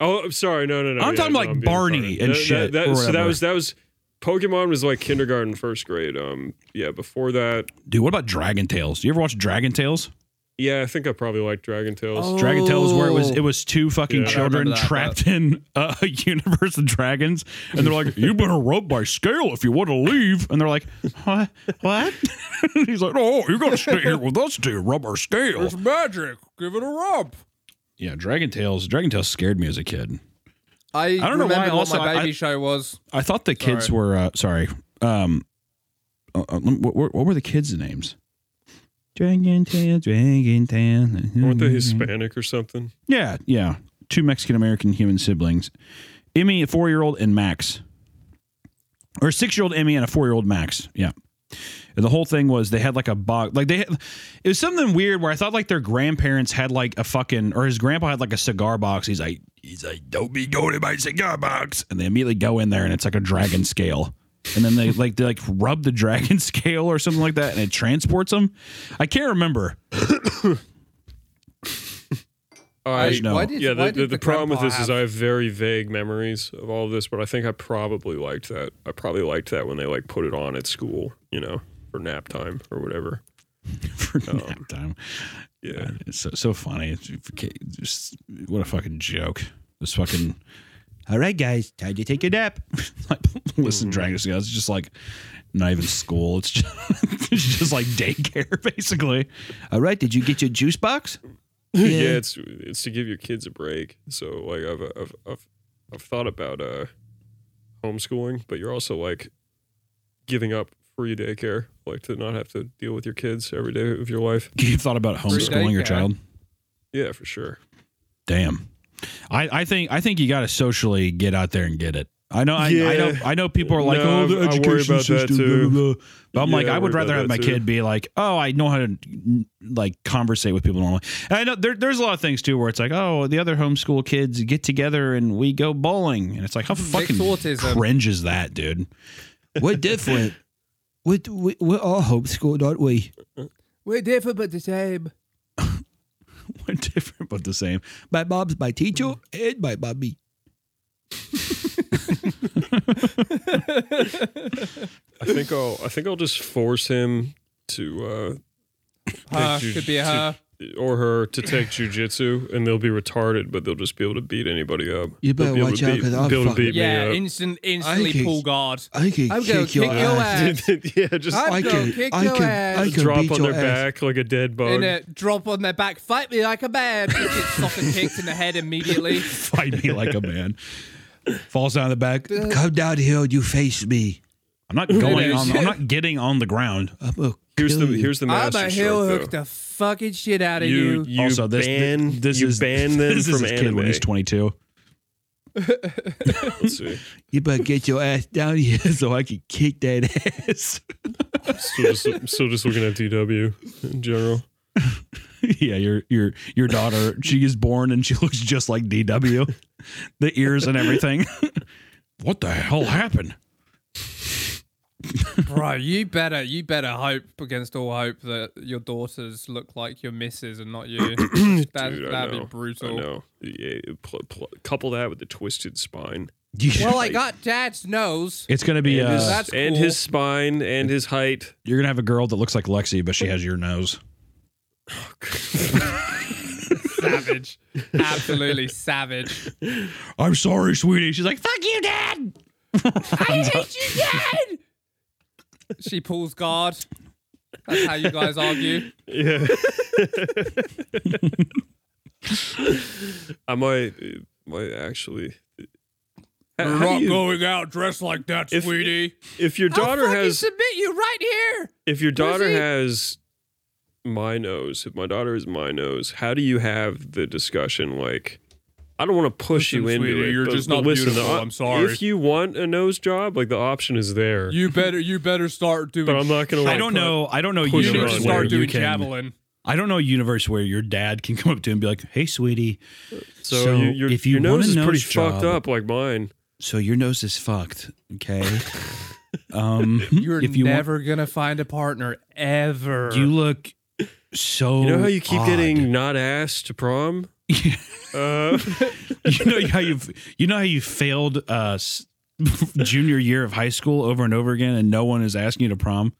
D: Oh, I'm sorry. No, no, no.
B: I'm talking
D: no,
B: like
D: being retarded.
B: Barney and shit
D: That,
B: or
D: so that
B: whatever.
D: was that was Pokemon was like kindergarten, first grade. Um, yeah. Before that,
B: Dude, what about Dragon Tales? You ever watch Dragon Tales?
D: Yeah, I think I probably like Dragon Tales.
C: Oh.
B: Dragon Tales, where it was it was two fucking
D: Yeah.
B: children
A: I remember that,
B: trapped in a universe of dragons, and they're like, "You've been rope by scale if you want to leave," and they're like, "What? What?" And he's like, "Oh, you're gonna stay here with us to rub our scale."
F: magic. Give it a rub.
B: Yeah, Dragon Tales. Dragon Tales scared me as a kid.
C: I,
B: don't know
C: remember
B: why
C: what
B: also
C: my
B: I-
C: baby show was.
B: I thought the kids
C: Sorry.
B: were uh, sorry. Um, uh, uh, lem- what, what what were the kids' names? Dragon Tales, Dragon Tales.
D: Weren't
B: Mm-hmm.
D: they Hispanic or something?
B: Yeah, yeah. Two Mexican American human siblings, Emmy, a four year old, and Max, or six year old Emmy and a four year old Max. Yeah. And the whole thing was they had like a box, like they had, it was something weird where I thought like their grandparents had like a fucking, or his grandpa had like a cigar box. He's like, he's like, don't be going to my cigar box, and they immediately go in there and it's like a dragon scale. And then they like they like rub the dragon scale or something like that, and it transports them. I can't remember.
D: I
B: No.
C: Why did,
D: yeah.
C: why
D: The, the,
C: did
D: the problem with
C: grandpa
D: this is
C: have-
D: I have very vague memories of all of this, but I think I probably liked that. I probably liked that when they like put it on at school, you know, for nap time or whatever.
B: for nap time.
D: Yeah.
B: It's so, so funny. It's- it's just- what a fucking joke. This fucking. All right, guys, time to take a nap. like, listen, Dragon Scale. It's just like not even school. It's just, it's just like daycare, basically. All right, did you get your juice box?
D: yeah. it's it's to give your kids a break. So like I've I've I've, I've thought about uh homeschooling, but you're also like giving up free daycare, like to not have to deal with your kids every day of your life.
B: You've thought about homeschooling your
C: daycare.
B: child?
D: Yeah, for sure.
B: Damn. I, I think I think you got to socially get out there and get it. I know I, I know
D: Yeah.
B: I know people are like,
D: No,
B: oh, the
D: I worry
B: education
D: about that
B: system. Blah,
D: too.
B: blah, blah. But I'm
D: Yeah,
B: like,
D: I
B: I would
D: worry
B: rather
D: about
B: have my
D: that
B: kid
D: too.
B: be like, oh, I know how to mm, like conversate with people normally. And I know there, there's a lot of things too where it's like, oh, the other homeschool kids get together and we go bowling, and it's like, how fucking
C: autism.
B: cringe is that, dude?
E: We're different. We're, we- we're all homeschooled, aren't we?
F: We're different but the same.
B: We're different but the same.
E: My mom's my teacher and my mommy.
D: I think I'll I think I'll just force him to uh
C: Her,
D: take
C: Ah,
D: ju-
C: could be a
D: to-
C: her.
D: or her to take jujitsu, and they'll be retarded, but they'll just be able to beat anybody up.
E: You
D: They'll
E: better
D: be able
E: watch
D: to
E: out,
D: beat-
E: 'cause I'll
D: be able to
E: fucking-
D: beat me
A: Yeah,
D: up.
A: instant,
E: I
A: instantly
E: think-
A: pull guard.
E: I can
C: I'm gonna
E: kick your
C: kick
E: ass.
C: your ass.
D: yeah, just
C: I'm
E: I
C: gonna
E: can,
C: kick
E: I
C: your
E: can,
C: ass.
E: I can
D: drop
E: beat
D: on
E: your
D: their
E: ass.
D: back like a dead bug.
C: In it, drop on their back, fight me like a man. You get soft and kicked in the head immediately.
B: Fight me like a man. Falls down the back.
E: Come down here and you face me.
B: I'm not going on. I'm not getting on the ground.
E: I'm gonna
D: Here's the
E: kill you.
D: here's the
C: I'm
D: master
C: a heel
D: stroke,
C: hook
D: though.
C: the fucking shit out of
D: You,
C: you.
D: you
B: also, this
D: ban
B: this
D: you
B: is
D: ban them
B: this
D: from
B: is his
D: anime.
B: kid when he's 22.
D: Let's see.
E: You better get your ass down here so I can kick that ass.
D: Still just, I'm still just looking at DW in general.
B: yeah, your your your daughter. she is born and she looks just like DW, the ears and everything. what the hell happened?
C: Bro, you better you better hope against all hope that your daughters look like your missus and not you. that
D: Dude, I
C: that'd
D: know,
C: be brutal.
D: I know. Yeah, pl- pl- couple that with the twisted spine.
C: Well, I got dad's nose.
B: It's gonna be.
D: and his,
B: Uh,
C: that's
D: and
C: cool.
D: his spine and his height.
B: you're gonna have a girl that looks like Lexi, but she has your nose.
C: Savage. Absolutely savage.
B: I'm sorry, sweetie. She's like, fuck you, dad.
C: She pulls guard. That's how you guys argue.
D: Yeah. I might might actually. How- how do you-
F: going out dressed like that,
D: If-
F: sweetie.
D: if your daughter
C: I'll fucking
D: has
C: submit you right here.
D: if your daughter
C: pussy.
D: has my nose, if my daughter is my nose, how do you have the discussion like? I don't want to push
F: Listen,
D: you into
F: sweetie,
D: it.
F: you're
D: but-
F: just
D: but
F: not
D: listen, the
F: beautiful,
D: op-
F: I'm sorry.
D: If you want a nose job, like the option is there.
F: You better you better start doing
D: but I'm not gonna. Like,
B: I don't know. I don't know.
D: Push
F: You
D: Sure,
F: need
B: universe
F: to
D: where
F: start
B: you
F: doing
B: can-
F: javelin.
B: I don't know a universe where your dad can come up to him and be like, "Hey, sweetie,
D: So,
B: So
D: you, your,
B: if you
D: your
B: want
D: nose
B: a
D: is pretty
B: nose
D: fucked
B: job-
D: up, like mine.
B: so your nose is fucked, okay? um,
C: You're
B: if you want-
C: never gonna find a partner ever.
B: you look so.
D: You
B: oh,
D: know how you keep
B: odd.
D: getting not asked to prom? uh,
B: you know how you you know how you failed uh, s- junior year of high school over and over again, and no one is asking you to prom.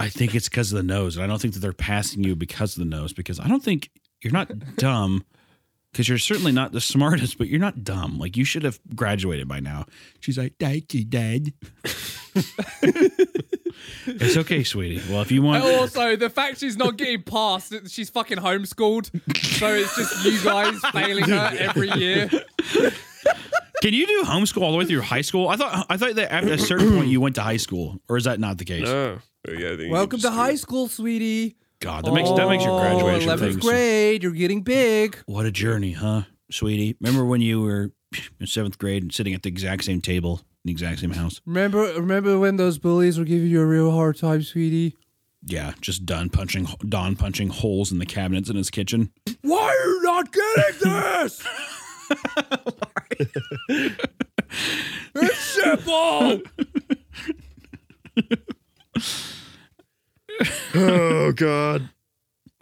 B: I think it's because of the nose. And I don't think that they're passing you because of the nose, because I don't think you're not dumb, because you're certainly not the smartest, but you're not dumb. Like you should have graduated by now. She's like, Thank you, Dad. it's okay, sweetie. Well, if you want,
C: Also, the fact she's not getting past, she's fucking homeschooled. So it's just you guys failing her every year.
B: can you do homeschool all the way through high school? I thought I thought that at a certain point you went to high school, or is that not the case?
D: No. But yeah, I think you
C: Welcome
D: just
C: to
D: do
C: high
D: it.
C: school, sweetie.
B: God, that makes that makes your graduation
C: Oh, 11th
B: thing so-
C: grade, you're getting big.
B: What a journey, huh, sweetie? Remember when you were in seventh grade and sitting at the exact same table in the exact same house?
C: Remember, remember when those bullies were giving you a real hard time, sweetie?
B: Yeah, just Don punching Don punching holes in the cabinets in his kitchen.
C: Why are you not getting this? it's simple.
D: Oh God.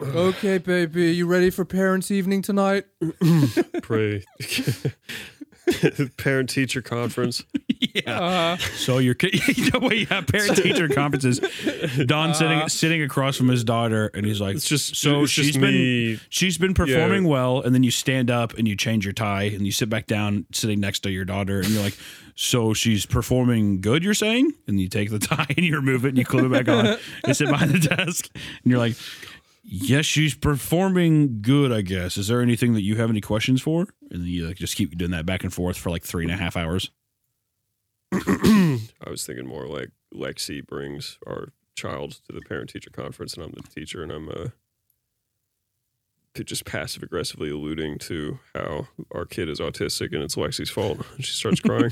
C: okay, baby, you ready for parents' evening tonight?
D: Pray. Parent teacher conference.
B: So your kid, the way you have parent teacher conferences, Don sitting sitting across from his daughter, and he's like,
D: Uh, It's just
B: so
D: it's
B: she's
D: just
B: been
D: me.
B: she's been performing well, and then you stand up and you change your tie and you sit back down, sitting next to your daughter, and you're like, so she's performing good, you're saying? And you take the tie and you remove it and you clip it back on and sit behind the desk, and you're like, yes, she's performing good, I guess. Is there anything that you have any questions for? And then you like just keep doing that back and forth for like three and a half hours.
D: I was thinking more like Lexi brings our child to the parent teacher conference, and I'm the teacher, and I'm uh, p- just passive aggressively alluding to how our kid is autistic and it's Lexi's fault. And she starts crying.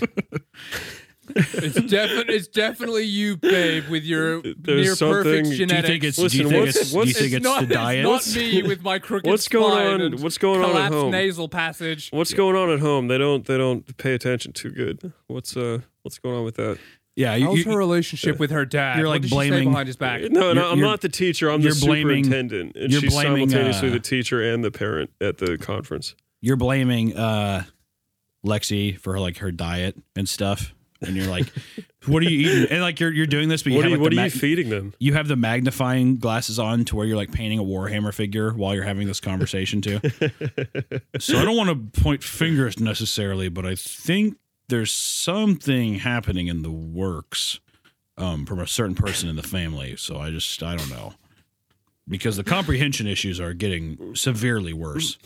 C: It's definitely it's definitely you, babe, with your
D: There's
C: near
D: something-
C: perfect
D: Do you
B: Do you
C: genetics.
B: think it's? do you
D: Listen,
B: think
D: what's-
B: it's? do
D: what's-
B: you think
D: it's
B: it's,
C: not,
B: the diet?
C: It's not me with my crooked
D: What's going
C: spine
D: on-
C: and
D: what's going on at
C: collapsed
D: home?
C: nasal passage.
D: What's going on at home? They don't they don't pay attention too good. What's uh what's going on with that?
B: yeah, you,
C: How's
B: you,
C: her relationship with her dad?
B: you're,
C: What
B: like,
C: did she say
B: blaming-
C: behind his back.
D: No,
B: You're-
D: no, I'm
B: you're-
D: not the teacher. I'm the
B: you're blaming-
D: superintendent, and
B: you're
D: she's
B: blaming,
D: simultaneously
B: uh,
D: the teacher and the parent at the conference.
B: you're blaming uh Lexi for like her diet and stuff, and you're like, "What are you eating?" And like you're you're doing this, but you
D: What are
B: have
D: you,
B: like,
D: what
B: the
D: are
B: ma-
D: you feeding them?
B: you have the magnifying glasses on to where you're like painting a Warhammer figure while you're having this conversation too. so I don't want to point fingers necessarily, but I think there's something happening in the works um, from a certain person in the family. So I just I don't know because the comprehension issues are getting severely worse.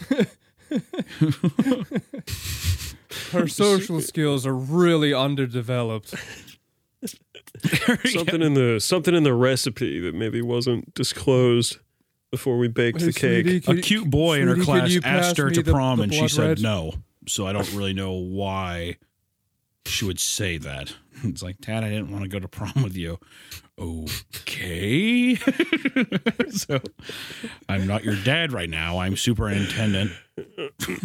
C: Her social skills are really underdeveloped.
D: something in the something in the recipe that maybe wasn't disclosed before we baked the cake.
B: a cute boy in her
C: sweetie,
B: class
C: can you
B: asked
C: pass
B: her
C: me
B: to
C: the-
B: prom
C: the
B: and she
C: blood
B: said
C: red?
B: no. So I don't really know why she would say that. It's like, Dad, I didn't want to go to prom with you. Okay. so I'm not your dad right now. I'm superintendent.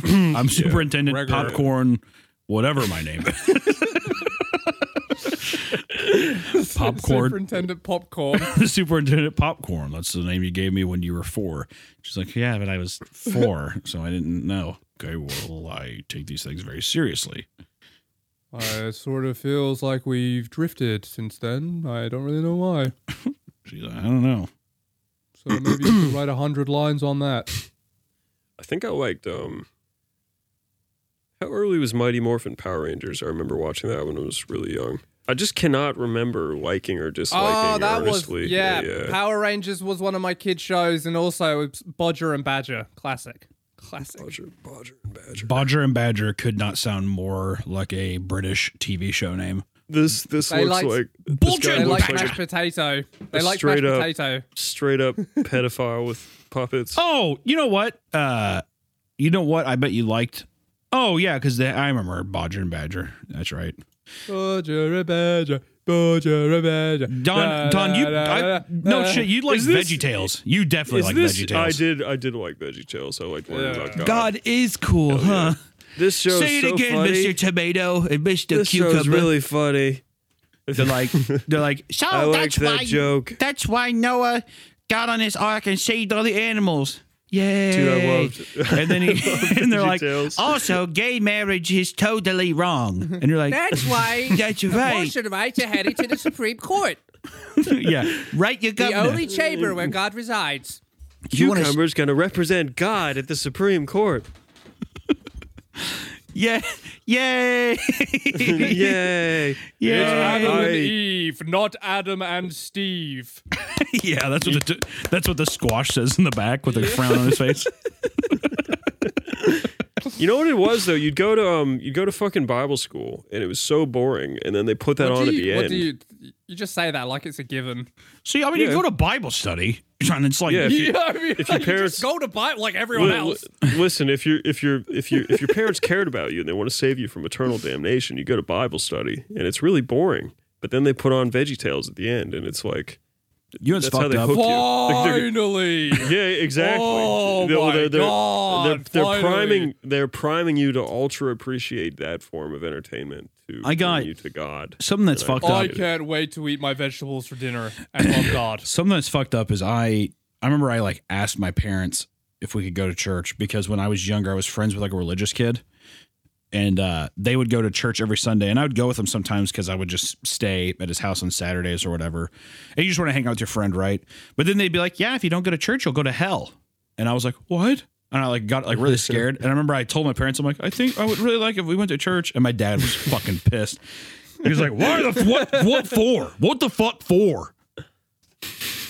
B: I'm superintendent
C: Gregor.
B: popcorn, whatever my name is. Popcorn.
C: Superintendent popcorn.
B: superintendent popcorn. That's the name you gave me when you were four. She's like, yeah, but I was four, so I didn't know. Okay, well, I take these things very seriously.
C: Uh, it sort of feels like we've drifted since then. I don't really know why.
B: She's like, I don't know.
C: So maybe you could write a hundred lines on that.
D: I think I liked um how early was Mighty Morphin Power Rangers? I remember watching that when I was really young. I just cannot remember liking or disliking.
C: Oh, that
D: earnestly.
C: was yeah, Power Rangers was one of my kid shows, and also it was Bodger and Badger, classic, classic.
D: Bodger, Bodger, and Badger.
B: Bodger and Badger could not sound more like a British TV show name.
D: This this
C: They
D: looks
C: liked-
D: like this
B: Bulger!
D: guy
C: They
D: looks
C: like
D: like,
C: mashed
D: a
C: potato. They
D: a
C: like mashed
D: straight up-
C: potato.
D: straight up pedophile with puppets.
B: Oh, you know what? Uh, you know what? I bet you liked. Oh yeah, because I remember Bodger and Badger. That's right.
C: Bodger and Badger, Bodger and Badger.
B: Don, Don, you I, no shit. You like
D: Is this-
B: Veggie Tales. You definitely
D: Is
B: like
D: this-
B: Veggie
D: I
B: Tales.
D: did I did like Veggie Tales. I liked Learning About God.
E: God is cool, huh?
D: This show's
E: Say it
D: so
E: again,
D: funny.
E: Mr. Tomato and Mr.
D: This
E: Cucumber.
D: show's really funny.
B: They're like, they're like,
E: so
D: I like
E: that's
D: that
E: why
D: joke.
E: that's why Noah got on his ark and saved all the animals. Yeah.
D: Dude, I loved.
B: and then he, and they're like,
D: Details.
E: Also, gay marriage is totally wrong. And you're like,
H: That's why
E: that's right.
H: abortion rights are headed to the Supreme Court.
B: yeah, right. You
C: The
B: got
C: only chamber where God resides.
E: You wanna s-
D: Cucumber's going to represent God at the Supreme Court.
B: yeah, yay.
D: Yay.
A: It's
B: Yeah,
A: Adam
D: I-
A: and Eve, not Adam and Steve.
B: yeah. That's what the that's what the squash says in the back with a frown on his face.
D: You know what it was though? You'd go to um you'd go to fucking Bible school and it was so boring and then they put that
C: What
D: on
C: do
D: at
C: you,
D: the
C: what
D: end.
C: do you? You just say that like it's a given.
B: See, I mean, you go to Bible study, and it's like,
D: Yeah, if you-
C: I mean,
D: if your parents
C: just go to Bible like everyone
D: Li-
C: else.
D: li- Listen, if you if you if you if your parents cared about you and they want to save you from eternal damnation, you go to Bible study, and it's really boring. But then they put on Veggie Tales at the end, and it's like
B: you know, it's
D: that's how
B: fucked
D: they
B: up.
D: hook you. They're-
A: Finally.
D: they're- yeah, exactly.
A: Oh my God,
D: They're, they're
A: finally.
D: priming. They're priming you to ultra appreciate that form of entertainment. To
B: I got-
D: bring you to God.
B: Something that's
D: And I
B: fucked
A: I
B: up.
A: can't wait to eat my vegetables for dinner and love God.
B: Something that's fucked up is I I remember I like asked my parents if we could go to church because when I was younger I was friends with like a religious kid and uh, they would go to church every Sunday and I would go with them sometimes because I would just stay at his house on Saturdays or whatever. And you just want to hang out with your friend, right? But then they'd be like, "Yeah, if you don't go to church, you'll go to hell." And I was like, "What?" And I like got like really scared. And I remember I told my parents, "I'm like, I think I would really like if we went to church." And my dad was fucking pissed. He was like, "Why the f- what? What for? What the fuck for?"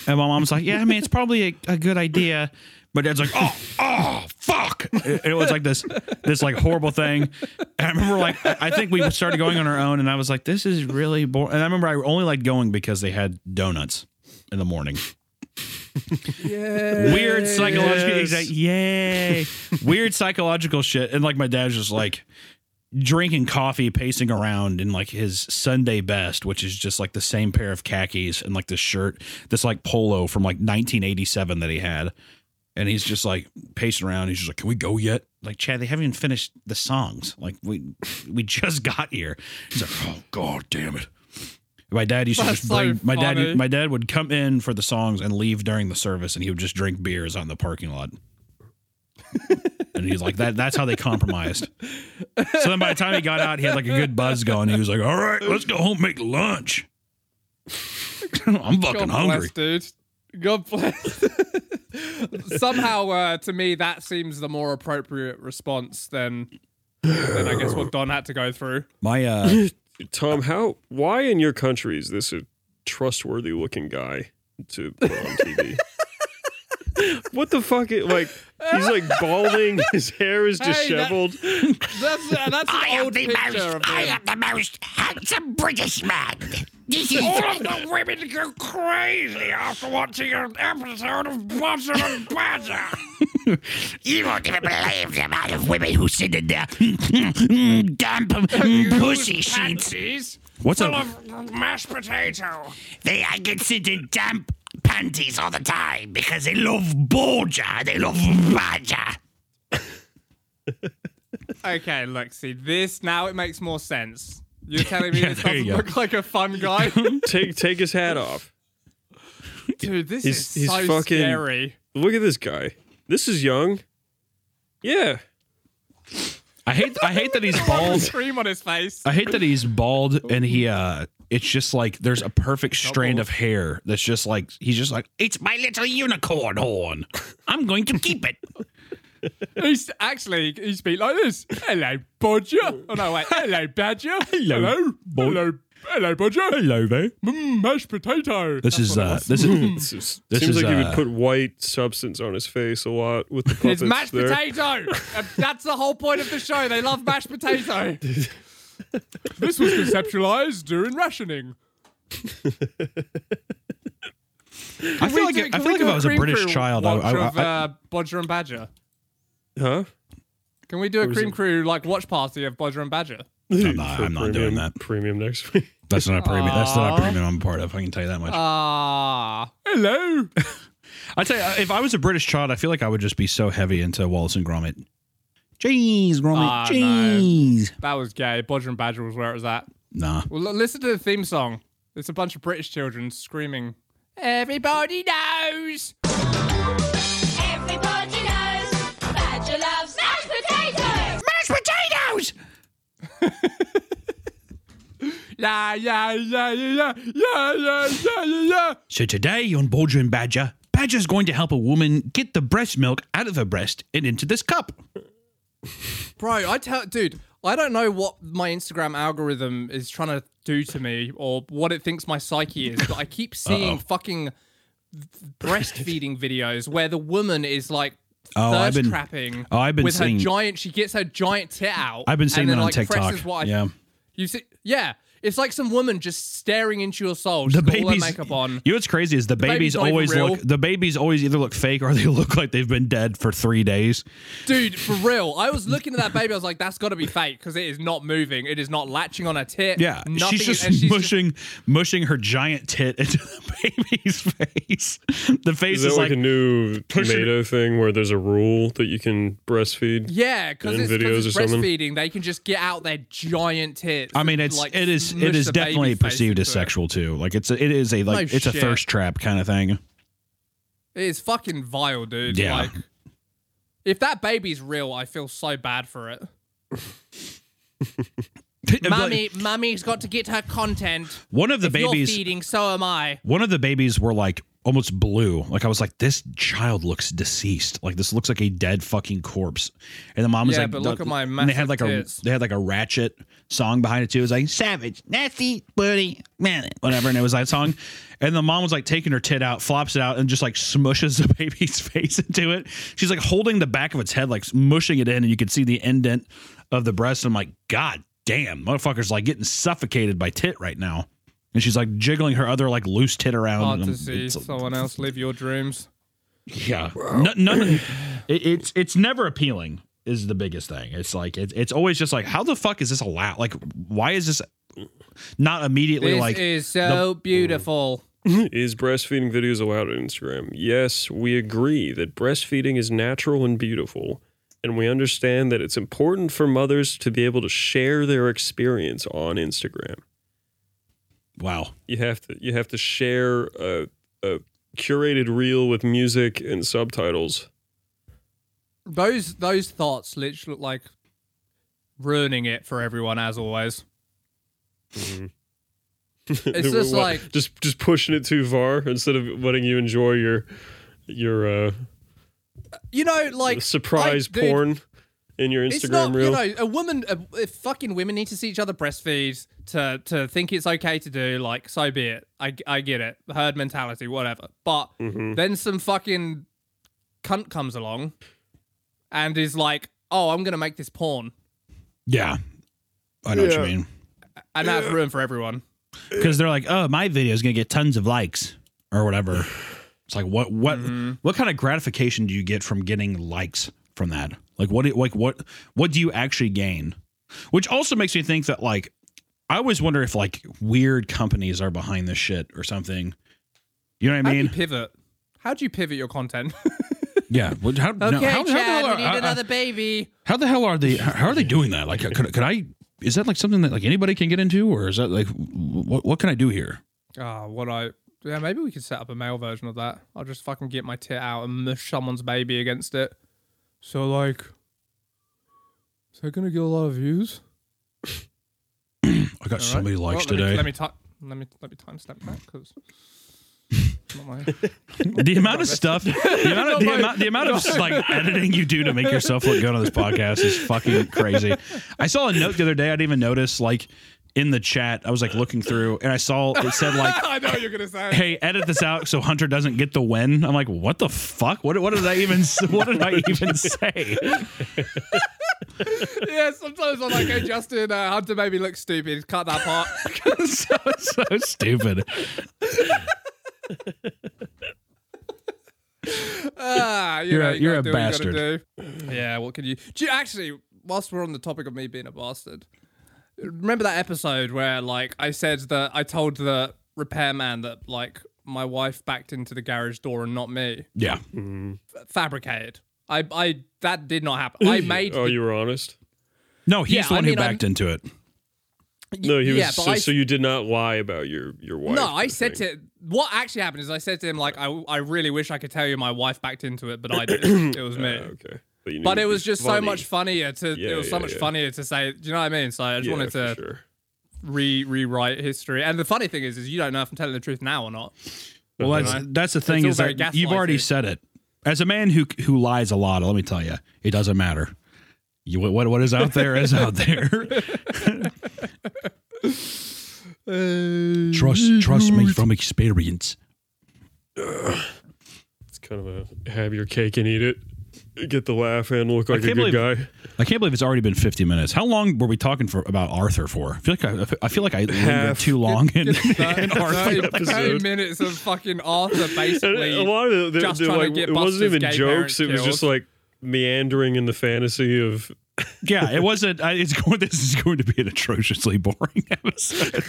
B: And my mom's like, yeah, I mean, it's probably a, a good idea. My dad's like, oh, oh, fuck. It, it was like this, this like horrible thing. And I remember like, I I think we started going on our own and I was like, this is really boring. And I remember I only liked going because they had donuts in the morning. Weird psychological,
D: Yes.
B: exact- yay. Weird psychological shit. And like my dad's just like drinking coffee, pacing around in like his Sunday best, which is just like the same pair of khakis and like this shirt, this like polo from like 1987 that he had. And he's just like pacing around. He's just like, "Can we go yet?" Like, Chad, they haven't even finished the songs. Like, we we just got here. He's like, "Oh God, damn it!" My dad used to
C: That's
B: just bring
C: so
B: my dad.
C: funny.
B: My dad would come in for the songs and leave during the service, and he would just drink beers on the parking lot. and he's like, "That that's how they compromised." So then by the time he got out, he had like a good buzz going. He was like, all right, let's go home and make lunch. I'm fucking
C: God
B: hungry.
C: bless, dude. God bless. Somehow, uh, to me, that seems the more appropriate response than, than I guess what Don had to go through.
B: My uh
D: Tom, how? Why in your country is this a trustworthy looking guy to put on TV? what the fuck? It, like he's like balding. His hair is disheveled.
C: That's uh, that's an old picture of him.
G: the most handsome British man. This is
H: You won't even believe the amount of women who sit in their damp mm, pussy sheets
B: what's up?
H: of mashed potato. They I get sit in damp panties all the time because they love Borgia. They love Borgia.
C: Okay, look, see this now it makes more sense. You're telling me this
B: there you
C: doesn't look
B: go.
C: like a fun guy,
D: Take take his hat off.
C: dude. This
D: He's-
C: is
D: he's
C: so
D: fucking-
C: scary.
D: Look at this guy. This is young. Yeah.
B: I hate I hate that he's
C: Bald
B: bald.
C: scream on his face.
B: I hate that he's bald and he uh it's just like there's a perfect strand of hair that's just like he's just like it's my little unicorn horn. I'm going to keep it.
C: He's actually he speak like this. Hello, Bodger. Oh no, wait. Hello, Badger.
B: Hello,
C: Hello,
B: Bod-
C: hello, hello, Bodger.
B: Hello there.
C: Mm, mashed potato.
B: This is uh this is
D: This is-
B: This
D: seems
B: is,
D: like he
B: uh,
D: would put white substance on his face a lot with the puppets
C: It's mashed
D: there.
C: potato. Uh, That's the whole point of the show. They love mashed potato. this was conceptualized during rationing.
B: I feel like I feel like if I was a British child I, I,
C: of,
B: I-
C: uh, Bodger and Badger.
D: Huh?
C: Can we do a cream crew like watch party of Bodger and Badger?
B: I'm not,
D: For
B: I'm not
D: premium-
B: doing that.
D: Premium next week.
B: That's not a premium. That's not a
C: Aw.
B: premium I'm a part of. I can tell you that much.
C: Ah, hello.
B: I tell you, if I was a British child, I feel like I would just be so heavy into Wallace and Gromit. Jeez, Gromit.
C: Ah, no.
B: jeez.
C: That was gay. Bodger and Badger was where it was at.
B: Nah.
C: Well, l- listen to the theme song. It's a bunch of British children screaming. Everybody knows.
I: Everybody knows Badger loves mashed potatoes.
H: Mashed potatoes.
C: Yeah, yeah, yeah, yeah, yeah, yeah, yeah, yeah, yeah.
B: So today on Bulger and Badger, Badger's going to help a woman get the breast milk out of her breast and into this cup.
C: Bro, I tell, dude, I don't know what my Instagram algorithm is trying to do to me or what it thinks my psyche is, but I keep seeing fucking breastfeeding videos where the woman is like
B: Oh, I've
C: thirst
B: been-
C: trapping.
B: oh, I've been
C: with
B: seeing-
C: her giant. She gets her giant tit out.
B: I've been
C: and
B: seeing that
C: then,
B: on
C: like,
B: TikTok.
C: presses what I-
B: Yeah.
C: you see, yeah, it's like some woman just staring into your soul.
B: The
C: She's got all her
B: baby's
C: makeup on.
B: You know what's crazy is the
C: baby's
B: babies
C: not even
B: always
C: real.
B: look the babies always either look fake or they look like they've been dead for three days.
C: Dude, for real, I was looking at that baby. I was like, "That's got to be fake because it is not moving. It is not latching on a tit.
B: Yeah,
C: nothing.
B: she's
C: is-
B: just
C: and she's just-
B: mushing mushing her giant tit into the baby's face. The face
D: Is
B: is,
D: that like,
B: like
D: a new
B: pushing-
D: tomato thing where there's a rule that you can breastfeed?
C: yeah, because
D: in
C: it's,
D: videos
C: 'cause it's
D: or something.
C: breastfeeding. They can just get out their giant tits.
B: I mean,
C: and,
B: it's
C: like,
B: it is
C: mush
B: it is
C: the baby's
B: definitely
C: face
B: perceived as
C: into it.
B: sexual too. Like it's a, it is a like
C: No
B: it's a
C: shit.
B: thirst trap kind of thing.
C: It is fucking vile, dude.
B: Yeah.
C: Like, if that baby's real, I feel so bad for it. Mummy, mummy's got to get her content.
B: one of the
C: If
B: babies,
C: you're feeding, so am I.
B: one of the babies were like almost blue. Like I was like, this child looks deceased. Like this looks like a dead fucking corpse. And the mom was
C: Yeah,
B: like,
C: but look at my
B: and they
C: massive
B: had like
C: tits.
B: a they had like a ratchet song behind it too. It was like savage, nasty, bloody, man, whatever. And it was that song. And the mom was like taking her tit out, flops it out, and just like smushes the baby's face into it. She's like holding the back of its head, like mushing it in, and you could see the indent of the breast. I'm like, God damn, motherfucker's like getting suffocated by tit right now. And she's like jiggling her other like loose tit around.
C: Hard
B: and
C: to
B: I'm-
C: see
B: Um, it's-
C: someone else live your dreams.
B: yeah, no, none. Of, it, it's it's never appealing. Is the biggest thing. It's like it's it's always just like how the fuck is this allowed? Like why is this not immediately
C: This
B: like oh.
C: is so beautiful.
D: Is breastfeeding videos allowed on Instagram? Yes, we agree that breastfeeding is natural and beautiful, and we understand that it's important for mothers to be able to share their experience on Instagram.
B: wow?
D: You have to you have to share a, a curated reel with music and subtitles.
C: Those those thoughts literally look like ruining it for everyone as always. Mm-hmm. It's just
D: What-
C: like
D: just just pushing it too far instead of letting you enjoy your your uh,
C: you know, like
D: surprise
C: like, dude,
D: porn in your
C: It's
D: Instagram
C: not,
D: reel.
C: you know, a woman, a, if fucking women need to see each other breastfeed to to think it's okay to do, like, so be it. I, I get it. Herd mentality, whatever. But
B: Mm-hmm.
C: then some fucking cunt comes along and is like, oh, I'm going to make this porn.
B: Yeah, I know what you mean.
C: And that's ruin for everyone.
B: Because they're like, oh, my video is gonna get tons of likes or whatever. It's like what what
C: Mm-hmm.
B: what kind of gratification do you get from getting likes from that? Like what do- like what what do you actually gain? Which also makes me think that like I always wonder if like weird companies are behind this shit or something. You know what
C: How
B: I
C: do you
B: mean?
C: pivot? How do you pivot your content?
B: Yeah. Well, How, no,
C: okay,
B: how, how the hell
C: Chad,
B: are-
C: we need
B: I- I-
C: another baby.
B: how the hell are they? How are they doing that? Like, could, could I? Is that like something that like anybody can get into, or is that like what? What can I do here?
C: Ah, what I. Yeah, maybe we could set up a male version of that. I'll just fucking get my tit out and mush someone's baby against it.
F: So like, is that gonna get a lot of views?
B: I got so
C: Right.
B: many likes
C: Well,
B: today.
C: Let me, let me, ti- let me let me time step back because.
B: the amount of stuff, the amount of, the amount, the amount of like editing you do to make yourself look good on this podcast is fucking crazy. I saw a note the other day. I didn't even notice. Like in the chat, I was like looking through, and I saw it said like,
C: I know what you're gonna say.
B: "Hey, edit this out so Hunter doesn't get the win." I'm like, "What the fuck? What? What did I even? s- What did I even say?"
C: yeah, sometimes I'm like, hey, Justin, uh, Hunter made me look stupid. Cut that part.
B: so so stupid.
C: ah, you
B: You're
C: know,
B: a-
C: you
B: you're
C: gotta
B: a
C: do what you gotta do. Yeah, what can you do? You, actually, whilst we're on the topic of me being a bastard, remember that episode where like I said that I told the repairman that like my wife backed into the garage door and not me.
B: Yeah.
C: Fabricated. I I that did not happen. I made
D: oh, you were honest.
B: No, he's
C: Yeah,
B: the
C: I
B: one who
C: mean, I'm-
B: backed into it.
D: No, he was.
C: Yeah, but
D: so,
C: I-
D: so you did not lie about your your wife.
C: No, I said
D: thing.
C: to what actually happened is I said to him like I, I really wish I could tell you my wife backed into it, but I didn't. It was me.
D: Ah, okay, but, you knew
C: But
D: it'd
C: it was
D: be
C: just so
D: funny.
C: much funnier to
D: Yeah,
C: it was so
D: yeah,
C: much
D: yeah.
C: funnier to say. Do you know what I mean? So I just
D: Yeah,
C: wanted
D: for
C: to
D: sure.
C: re rewrite history. And the funny thing is, is you don't know if I'm telling the truth now or not.
B: Well, that's that's the thing
C: all
B: is
C: very
B: that you've already
C: gaslighty.
B: said it. As a man who who lies a lot, let me tell you, it doesn't matter. You, what what is out there is out there.
D: Uh,
B: trust trust me from experience.
D: It's kind of a have your cake and eat it. Get the laugh and look like a
B: can't
D: good
B: believe-
D: guy.
B: I can't believe it's already been 50 minutes. How long were we talking for about Arthur for? I feel like I, I feel like I lingered
D: Half.
B: too long in, in
C: 30,
B: Arthur.
C: 30
D: episode.
C: minutes of fucking Arthur
D: And
C: basically.
D: a lot of the,
C: just
D: they're
C: trying to
D: like,
C: get
D: it wasn't
C: Buster's
D: even
C: gay parents
D: jokes. It was
C: killed.
D: just like meandering in the fantasy of
B: Yeah, it wasn't. I, it's going. This is going to be an atrociously boring episode,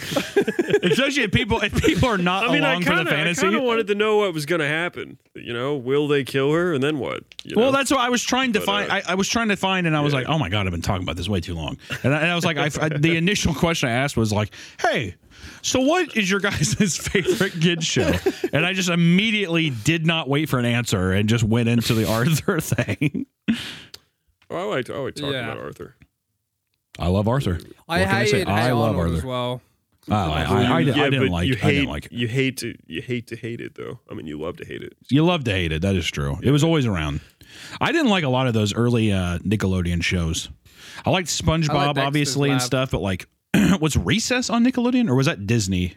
B: especially if people if people are not
D: I mean,
B: along for
D: I
B: the
D: kind of,
B: fantasy.
D: I kind of wanted to know what was going to happen. You know, will they kill her, and then what? You know?
B: Well, that's what I was trying to
D: But,
B: find.
D: uh,
B: I, I was trying to find, and I was
D: yeah.
B: like, "Oh my god, I've been talking about this way too long." And I, and I was like, I, I- "The initial question I asked was like, hey, so what is your guys' favorite kid show?" And I just immediately did not wait for an answer and just went into the Arthur thing.
D: Oh, I liked. I like talking
C: Yeah.
D: about Arthur.
B: I love Arthur.
C: I
B: What can I say?
C: hated Hey
B: I love
C: Arnold
B: Arthur.
C: as well.
B: Oh, I, I, I,
D: Yeah,
B: I didn't
D: but
B: like.
D: You
B: I
D: hate,
B: didn't like. It.
D: You hate to. You hate to hate it though. I mean, you love to hate it.
B: You love to hate it. That is true. It was always around. I didn't like a lot of those early uh, Nickelodeon shows. I liked SpongeBob,
C: Dexter's
B: obviously, and
C: Lab.
B: stuff. But like, was Recess on Nickelodeon or was that Disney?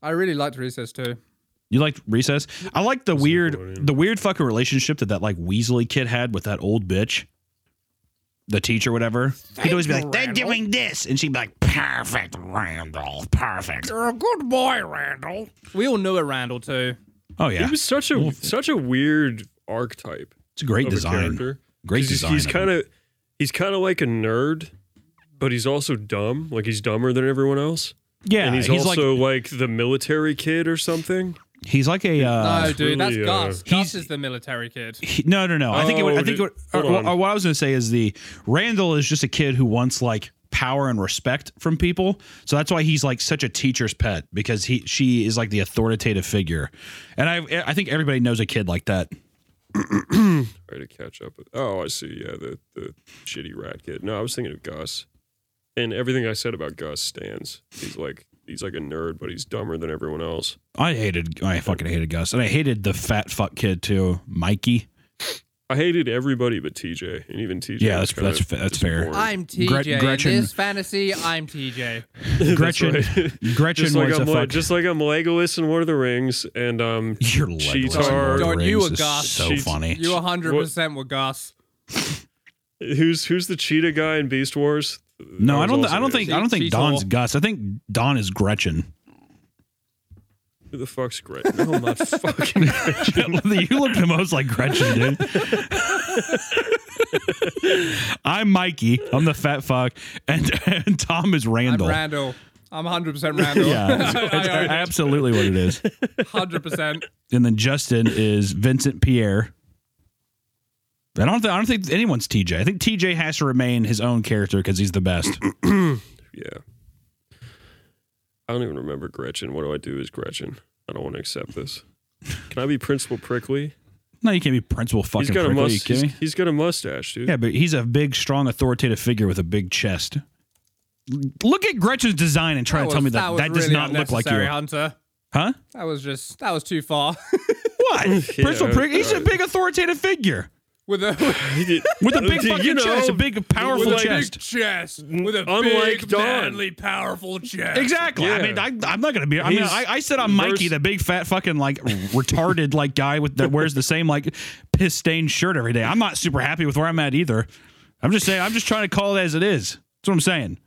C: I really liked Recess too.
B: You liked Recess? I liked the weird,
D: Nickelodeon.
B: the weird fucking relationship that that like Weasley kid had with that old bitch, the teacher, whatever.
H: He'd always be like, they're doing this. And she'd be like, perfect, Randall. Perfect. You're a good boy, Randall.
C: We all knew it, Randall too.
B: Oh yeah,
D: He was such a such a weird archetype.
B: it's a great
D: of a
B: design.
D: character.
B: Great
D: 'Cause he's-
B: design.
D: He's
B: of him.
D: kind of he's kind of like a nerd, but he's also dumb. Like he's dumber than everyone else.
B: yeah.
D: and he's,
B: Uh, like
D: also like, the military kid or something.
B: he's like a uh,
C: no, Oh, dude, that's
D: really, uh,
C: Gus. Gus
B: he's-
C: is the military kid.
B: He- no, no, no. I think it would,
D: Oh,
B: I think it would,
D: hold
B: or- or-
D: on.
B: or what I was going to say is the Randall is just a kid who wants like power and respect from people. So that's why he's like such a teacher's pet because he she is like the authoritative figure. And I I think everybody knows a kid like that.
D: Try to catch up. With, oh, I see. Yeah, the the shitty rat kid. No, I was thinking of Gus, and everything I said about Gus stands. He's like he's like a nerd, but he's dumber than everyone else.
B: I hated I fucking hated Gus and I hated the fat fuck kid too, Mikey.
D: I hated everybody but TJ, and even TJ.
B: Yeah,
D: was
B: that's
D: kinda
B: that's fa- that's fair.
D: disappointing.
C: I'm TJ.
B: Gret- Gretchen-
C: In this fantasy, I'm TJ.
B: Gretchen Gretchen
D: Just like,
B: was
D: I'm
B: a
D: Le-
B: fuck.
D: just like I'm Legolas in One of the Rings, and um,
B: Your
D: Cheetah.
B: legless Lord of the
C: Lord, you
B: Rings
C: a
B: is
C: Gus.
B: So
D: She's-
B: funny.
C: You 100% were Gus.
D: who's who's the cheetah guy in Beast Wars?
B: No,
D: That
B: I
D: was
B: don't.
D: also
B: I don't
D: me.
B: think. I don't think
C: She's
B: Don's
C: all-
B: Gus. I think Don is Gretchen.
D: Who the fuck's Gretchen? No,
B: Oh,
D: I'm not fucking.
B: you look the most like Gretchen, dude. I'm Mikey. I'm the fat fuck, and, and Tom is Randall.
C: I'm Randall. I'm 100% Randall.
B: yeah, that's, that's
C: I own it.
B: absolutely what it is.
C: 100%.
B: And then Justin is Vincent Pierre. I don't. Th- I don't think anyone's TJ. I think TJ has to remain his own character because he's the best.
D: yeah, I don't even remember Gretchen. What do I do as Gretchen? I don't want to accept this. Can I be Principal Prickly?
B: no, you can't be principal fucking.
D: He's got a
B: prickly, you
D: must-
B: kidding
D: he's,
B: me?
D: he's got a mustache, dude.
B: Yeah, but he's a big, strong, authoritative figure with a big chest. Look at Gretchen's design and try to
C: was-
B: tell me that that,
C: was
B: does
C: really
B: not look like
C: unnecessary,
B: you,
C: Hunter.
B: huh?
C: That was just, that was too far.
B: What? Principal
D: Yeah,
B: Prick? He's a
D: uh,
B: big authoritative figure
C: with a
D: He did-
B: with a big
D: You
B: fucking
D: know,
B: chest, a big powerful
D: like-
B: chest.
F: Chest with a
D: Unlike
F: big,
D: Don.
F: manly, powerful chest.
B: Exactly. I
D: Yeah.
B: mean, I, I'm not gonna be. I mean,
D: He's
B: I, I said I'm Mikey,
D: vers-
B: the big fat fucking like retarded like guy with that wears the same like piss stained shirt every day. I'm not super happy with where I'm at either. I'm just saying. I'm just trying to call it as it is. That's what I'm saying.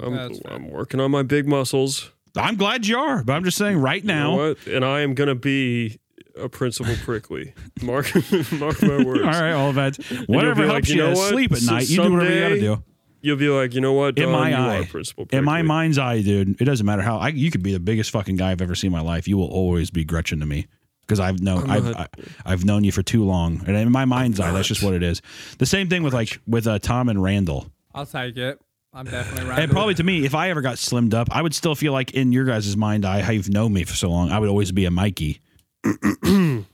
D: I'm,
C: That's fair.
D: I'm working on my big muscles.
B: I'm glad you are, but I'm just saying right
D: You
B: now.
D: know what? And I am gonna be a Principal Prickly. Mark, mark my words.
B: All right, all of that. Whatever
D: be
B: helps
D: like,
B: you,
D: "You know what?
B: sleep at
D: S-
B: night, you do whatever you gotta
D: someday,
B: do.
D: You'll be like, you know what?
B: In
D: Don,
B: my
D: you
B: eye.
D: are Principal Prickly.
B: In my mind's eye, dude, it doesn't matter how I, you could be the biggest fucking guy I've ever seen in my life. You will always be Gretchen to me because I've known I've I, I've known you for too long, and in my mind's eye, that's just what it is. The same thing with like with uh, Tom and Randall.
C: I'll take it. I'm definitely Randall.
B: And probably to me, if I ever got slimmed up, I would still feel like in your guys' mind eye, how you've known me for so long, I would always be a Mikey.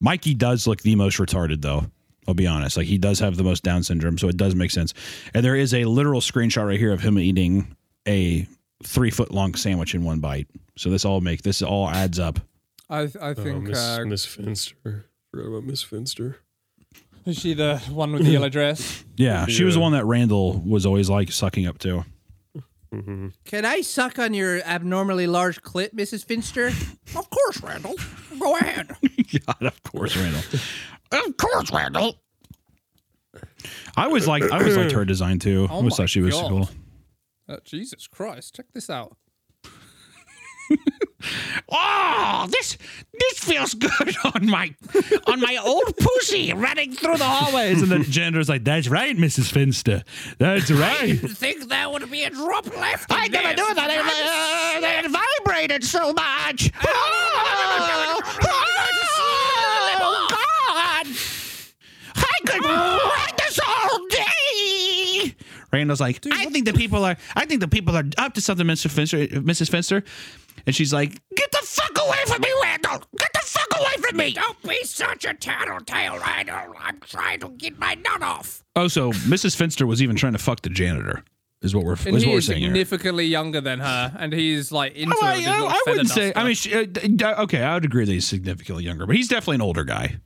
B: Mikey does look the most retarded though. I'll be honest. Like he does have the most Down syndrome, so it does make sense. And there is a literal screenshot right here of him eating a three foot long sandwich in one bite. So this all make this all adds up.
C: I th- I
D: Oh,
C: think
D: Miss,
C: uh,
D: Miss Finster. Forgot about Miss Finster.
C: is she the one with the yellow dress?
B: Yeah, she was the
D: Yeah.
B: one that Randall was always like sucking up to.
D: hmm
J: Can I suck on your abnormally large clit, Mrs. Finster? of course, Randall. Go ahead.
B: God, of course, Randall.
H: Of course, Randall.
B: I always liked I always liked her design too. I
J: Oh
C: Oh my
B: always thought she was
C: God.
B: cool.
C: Uh, Jesus Christ! Check this out.
H: Oh, this this feels good on my on my old pussy running through the hallways.
B: And then Jender's like, "That's right, Mrs. Finster. That's right."
H: Think there would be a drop left? I never knew that. It, uh, it vibrated so much. Oh, oh, God! Oh, I could ride this all day.
B: Randall's like, "I think the people are. I think the people are up to something, Mr. Finster, Mrs. Finster." And she's like,
H: Get the fuck away from me, Randall! Get the fuck away from me! Don't be such a tattletale, Randall. I'm trying to get my nut off.
B: "Oh, so Mrs. Finster was even trying to fuck the janitor." Is what we're is
C: And
B: what
C: he
B: we're
C: is
B: saying here.
C: significantly younger than her, and he's like into.
B: Oh, I,
C: the
B: I-
C: little
B: I
C: feather
B: wouldn't say. I
C: duster.
B: mean, she, uh, d- d- okay, I would agree that he's significantly younger, but he's definitely an older guy.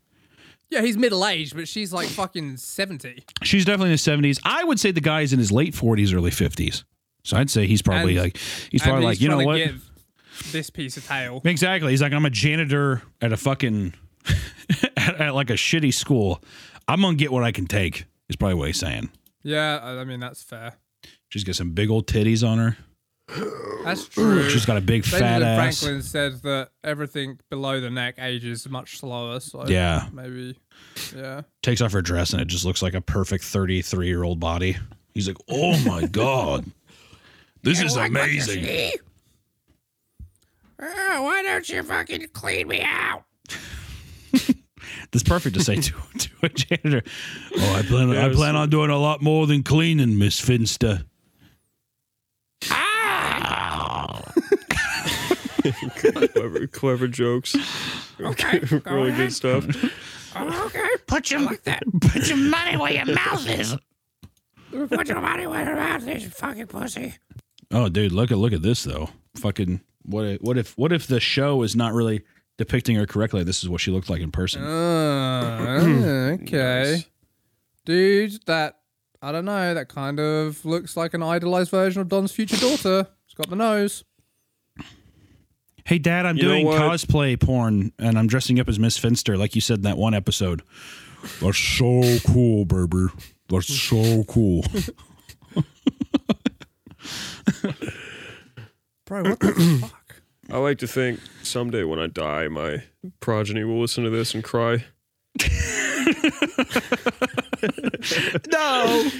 C: yeah, he's middle aged, but she's like fucking seventy.
B: She's definitely in his seventies. I would say the guy's in his late forties, early fifties. So I'd say he's probably
C: And-
B: like he's probably
C: and
B: like
C: he's
B: you know
C: trying to
B: what
C: give this piece of tail.
B: exactly. He's like I'm a janitor at a fucking at, at like a shitty school. I'm gonna get what I can take. Is probably what he's saying.
C: Yeah, I I mean that's fair.
B: She's got some big old titties on her.
C: That's true.
B: She's got a big fat
C: Benjamin
B: ass.
C: Franklin said that everything below the neck ages much slower. So
B: Yeah.
C: maybe. Yeah,
B: Takes off her dress and it just looks like a perfect 33 year old body. He's like, oh my god, this is amazing.
H: Oh, why don't you fucking clean me out?
B: That's perfect to say to, to a janitor. Oh, I plan
D: Yeah,
B: I plan
D: so-
B: on doing a lot more than cleaning, Miss Finster.
D: Clever, clever jokes.
H: Okay, go
D: really
H: ahead.
D: good stuff.
H: Okay. Put your put your money where your mouth is. Put your money where your mouth is, you fucking pussy.
B: Oh, dude, look at look at this though. Fucking what? If, what if what if the show is not really depicting her correctly? This is what she looked like in person.
C: Uh, okay. Dude, that I don't know, that kind of looks like an idolized version of Don's future daughter. She's got the nose.
B: hey, Dad, I'm
D: You know
B: doing
D: what?
B: cosplay porn, and I'm dressing up as Miss Finster, like you said in that one episode. That's so cool, Berber. That's so cool.
C: Bro, what the fuck?
D: I like to think someday when I die, my progeny will listen to this and cry.
B: no,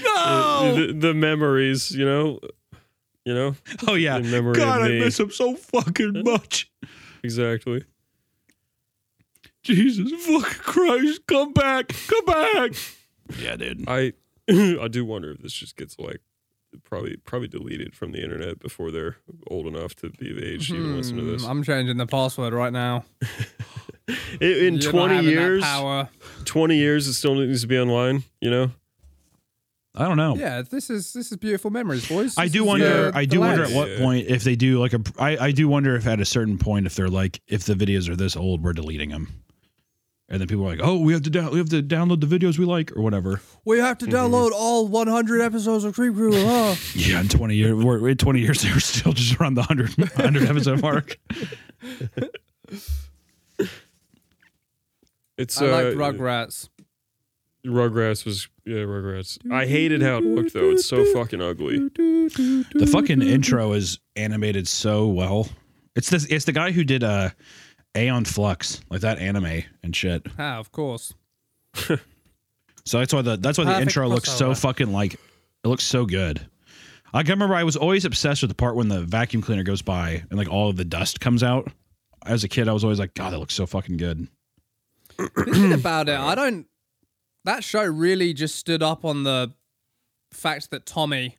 H: Oh.
B: no.
D: The, the memories, you know, you know,
B: Oh yeah.
D: In memory of
B: God, I
D: me.
B: miss him so fucking much.
D: exactly.
B: Jesus fucking Christ, come back, come back. Yeah, dude.
D: I I do wonder if this just gets like probably probably deleted from the internet before they're old enough to be of age to even listen to this.
C: Hmm, I'm changing the password right now.
D: I- In,
C: You're not
D: 20
C: having that
D: years,
C: power.
D: 20 years, it still needs to be online, you know?
B: I don't know.
C: Yeah, this is this is beautiful memories, boys.
B: I
C: This
B: do
C: is,
B: wonder.
C: uh,
B: I
C: the
B: do wonder at
C: lads.
B: what
D: Yeah.
B: point if they do like a. I I do wonder if at a certain point if they're like if the videos are this old we're deleting them, and then people are like, oh we have to down, we have to download the videos we like or whatever.
C: We have
B: Mm-hmm.
C: to download all 100 episodes of Creep Crew. Huh?
B: Yeah, in twenty years, we're, in twenty years they were still just around the 100, 100 episode mark.
D: It's
C: I
D: uh,
C: like Rugrats.
D: Rugrats was yeah, Rugrats. I hated how it looked though. It's so fucking ugly.
B: The fucking intro is animated so well. It's this. It's the guy who did uh, Aeon Flux, like that anime and shit.
C: Ah, of course.
B: So that's why the that's why the
C: Perfect
B: intro looks so
C: crossover.
B: fucking like it looks so good. Like I remember I was always obsessed with the part when the vacuum cleaner goes by and like all of the dust comes out. As a kid, I was always like, God, that looks so fucking good.
C: Thinking about it, I don't. That show really just stood up on the fact that Tommy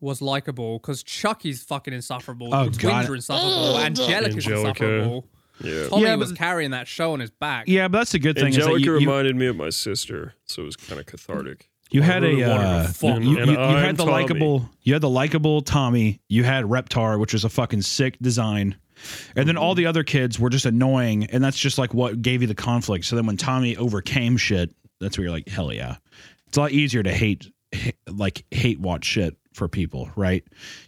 C: was likable because Chucky's fucking insufferable.
B: Oh,
C: Twins
B: God.
J: Mm.
C: are insufferable. Angelica's
D: Angelica.
C: insufferable.
D: Yeah.
J: Tommy
B: Yeah,
J: was carrying that show on his back.
B: Yeah, but that's the good thing is
D: Angelica
B: that you, you,
D: reminded me of my sister, so it was kind of cathartic.
B: you
D: I
B: had
D: really
B: a
D: wanted her
B: uh,
D: to fuck,
B: you, you-
D: and
B: you
D: I'm
B: had the
D: Tommy.
B: likable you had the likable Tommy. You had Reptar, which was a fucking sick design. And then
D: Mm-hmm.
B: all the other kids were just annoying, and that's just like what gave you the conflict. So then when Tommy overcame shit, that's where you're like, hell yeah. It's a lot easier to hate h- like hate watch shit for people, right?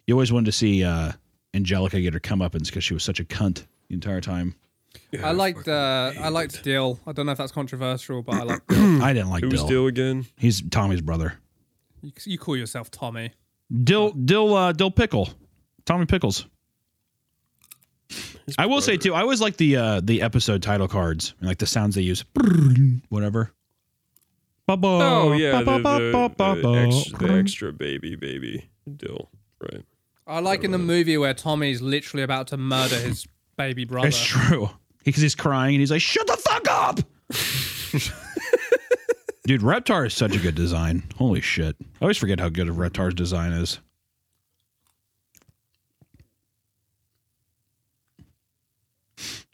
B: You always wanted to see uh Angelica get her comeuppance because she was such a cunt the entire time.
C: I liked uh, I liked Dill. I don't know if that's controversial, but I like
D: Hmm.
B: I didn't like
D: Who's
B: Dill.
D: Dill again?
B: He's Tommy's brother.
C: you, you call yourself Tommy.
B: Dill Dill uh, Dill Pickle, Tommy Pickles. I will say too, I always like the uh, the episode title cards and like the sounds they use, whatever. Ba-ba,
D: Oh yeah, the, the,
B: ba-ba-ba-ba-ba.
D: the extra, the extra baby baby Dill, right?
C: I like in the movie where Tommy's literally about to murder his baby brother.
B: It's true because he's crying and he's like, "Shut the fuck up." Dude, Reptar is such a good design. Holy shit! I always forget how good of Reptar's design is.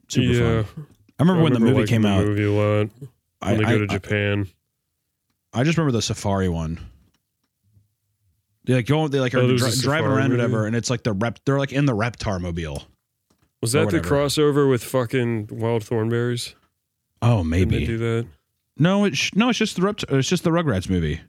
B: Super fun.
D: yeah,
B: I remember when the movie came out.
D: Movie a lot.
B: I,
D: When they
B: I-
D: go to
B: I-
D: Japan,
B: I just remember the safari one. They like go, they like are
D: Oh, there's a
B: dri- driving
D: safari
B: around,
D: movie?
B: whatever, and it's like the rep. They're like in the Reptar mobile.
D: was
B: or
D: that the
B: Oh, whatever.
D: crossover with fucking Wild Thornberries?
B: Oh,
D: Didn't they
B: maybe
D: do that?
B: no. It's sh- no. It's just the Rept- It's just the Rugrats movie.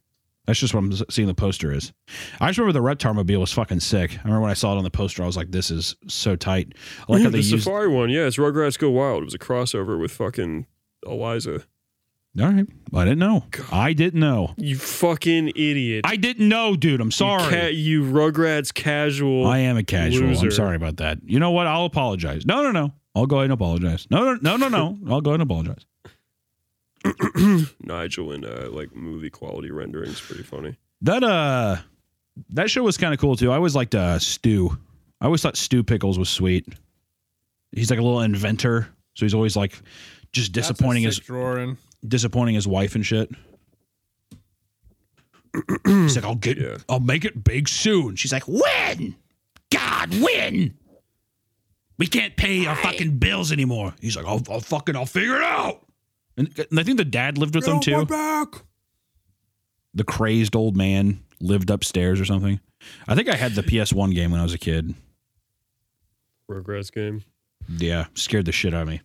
B: That's just what I'm s- seeing the poster is. I just remember the Reptar mobile was fucking sick. I remember when I saw it on the poster, I was like, "This is so tight." I like how
D: the
B: they used.
D: Safari one, yeah, it's Rugrats Go Wild. It was a crossover with fucking Eliza.
B: All right, I didn't know. I didn't know.
D: You fucking idiot!
B: I didn't know, dude. I'm sorry.
D: You, ca- you Rugrats casual.
B: I am a casual. I'm
D: Loser.
B: sorry about that. You know what? I'll apologize. No, no, no. I'll go ahead and apologize. No, no, no, no, no. I'll go ahead and apologize.
D: Nigel in uh, like movie quality renderings. Pretty funny.
B: That uh, that show was kind of cool too. I always liked uh Stew. I always thought Stew Pickles was sweet. He's like a little inventor, so he's always like just
C: That's a
B: disappointing
C: sick
B: his
C: drawing.
B: disappointing his wife and shit. he's like, I'll get,
D: Yeah.
B: I'll make it big soon. She's like,
H: Win! God, win!
B: we can't pay our fucking bills anymore. He's like, I'll, I'll fucking, I'll figure it out. And, and I think the dad lived with them too. The crazed old man lived upstairs or something. I think I had the PS1 game when I was a kid.
D: Rugrats game.
B: Yeah, scared the shit out of me.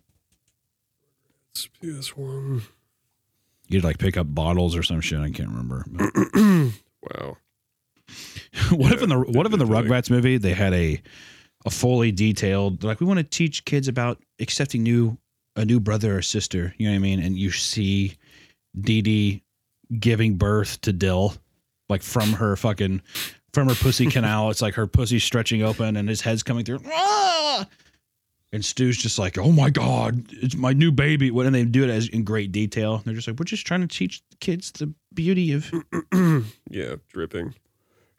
D: It's PS1.
B: You'd like pick up bottles or some shit. I can't remember. But-
D: Wow.
B: what if in the what if in the
D: definitely.
B: Rugrats movie they had a a fully detailed like we want to teach kids about accepting new a new brother or sister. You know what I mean? And you see Dee Dee giving birth to Dill, like from her fucking from her pussy canal. It's like her pussy stretching open and his head's coming through. Ah! And Stu's just like, oh my god, it's my new baby. What and they do it as in great detail. They're just like, we're just trying to teach kids the beauty of
D: Yeah, dripping.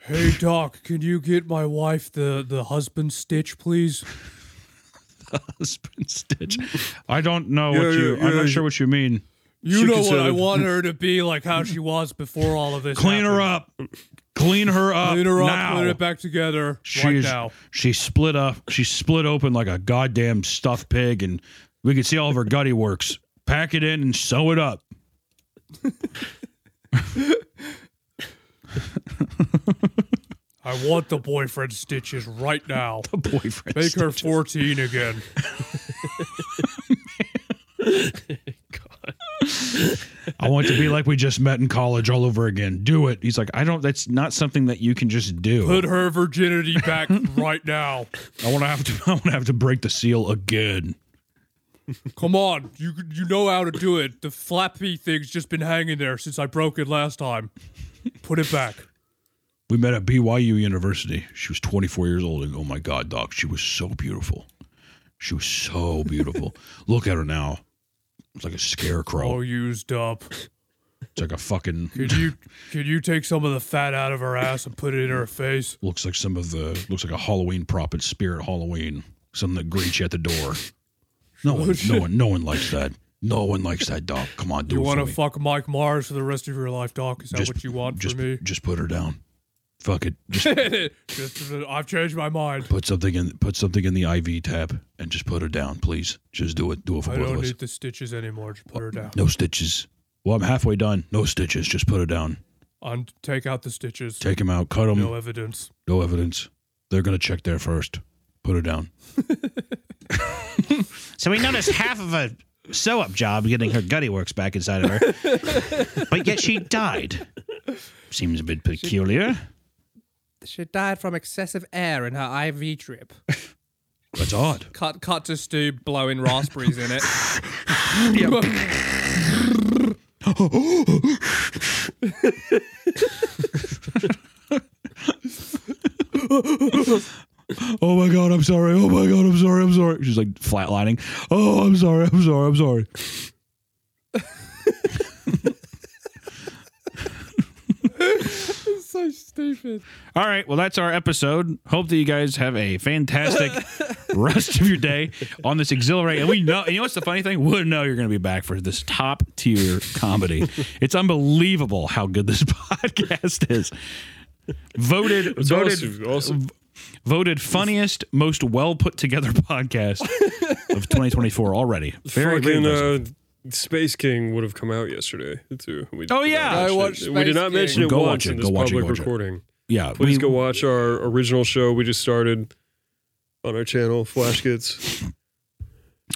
F: Hey Doc, can you get my wife the the husband stitch, please?
B: husband stitch. I don't know
D: Yeah,
B: what you.
D: yeah,
B: I'm
D: yeah.
B: not sure what you mean.
F: You
D: She
F: know what I
D: considered-
F: want her to be like how she was before all of this.
B: Clean her
F: happened.
B: up. Clean her up.
F: Clean her up,
B: now.
F: put it back together right
B: She's
F: now.
B: she split up. She split open like a goddamn stuffed pig, and we could see all of her gutty works. Pack it in and sew it up.
F: I want the boyfriend stitches right now.
B: Boyfriend.
F: Make her 14 again.
B: I want it to be like we just met in college all over again. Do it. He's like, I don't. That's not something that you can just do.
F: Put her virginity back right now.
B: I want to have to. I want to have to break the seal again.
F: Come on, you you know how to do it. The flappy thing's just been hanging there since I broke it last time. Put it back.
B: We met at BYU University. She was 24 years old, and oh my God, Doc, she was so beautiful. She was so beautiful. Look at her now. It's like a scarecrow.
F: All used up.
B: It's like a fucking.
F: Could you could you take some of the fat out of her ass and put it in her face?
B: Looks like some of the. Looks like a Halloween prop at Spirit Halloween. Something that greets you at the door. No one, no one, no one likes that. No one likes that, Doc. Come on, do
F: You
B: it for
F: want to
B: me.
F: fuck Mike Mars for the rest of your life, Doc? Is that
B: Just-
F: what you want
B: just,
F: from me?
B: just put her down. fuck it. Just
F: Just- I've changed my mind.
B: put something in put something in the IV tab and just put her down, please. Just do it. Do it for
F: I
B: both
F: don't
B: of us.
F: need the stitches anymore. Just put her down.
B: No stitches. Well, I'm halfway done. No stitches. Just put her down.
F: Um, take out the stitches.
B: Take him out. Cut him.
F: No evidence.
B: No evidence. They're gonna check there first. Put her down.
K: So we noticed half of a sew up job getting her gutty works back inside of her. but yet she died. Seems a bit peculiar.
J: She died from excessive air in her IV drip.
B: That's odd.
C: Cut, cut to Stu blowing raspberries in it.
B: oh my god, I'm sorry. Oh my god, I'm sorry. I'm sorry. She's like flatlining. Oh, I'm sorry. I'm sorry. I'm sorry.
C: it's so stupid.
B: All right. Well, that's our episode. Hope that you guys have a fantastic rest of your day on this exhilarating. And we know, and you know what's the funny thing? We know you're going to be back for this top tier comedy. it's unbelievable how good this podcast is. Voted,
D: It's
B: voted,
D: awesome, awesome.
B: v- voted funniest, most well put together podcast of 2024 already. Very, very
D: Fucking
B: impressive.
D: uh, Space King would have come out yesterday too. We did
B: Oh,
D: not
B: yeah. I
D: mention it.
B: watched
D: we
B: Space
D: did not mention
B: King.
D: it
B: Go watch
D: once
B: it,
D: in
B: go
D: this
B: watch it,
D: public
B: go watch it.
D: recording.
B: Yeah,
D: please
B: we-
D: go watch our original show we just started on our channel, Flash Kids.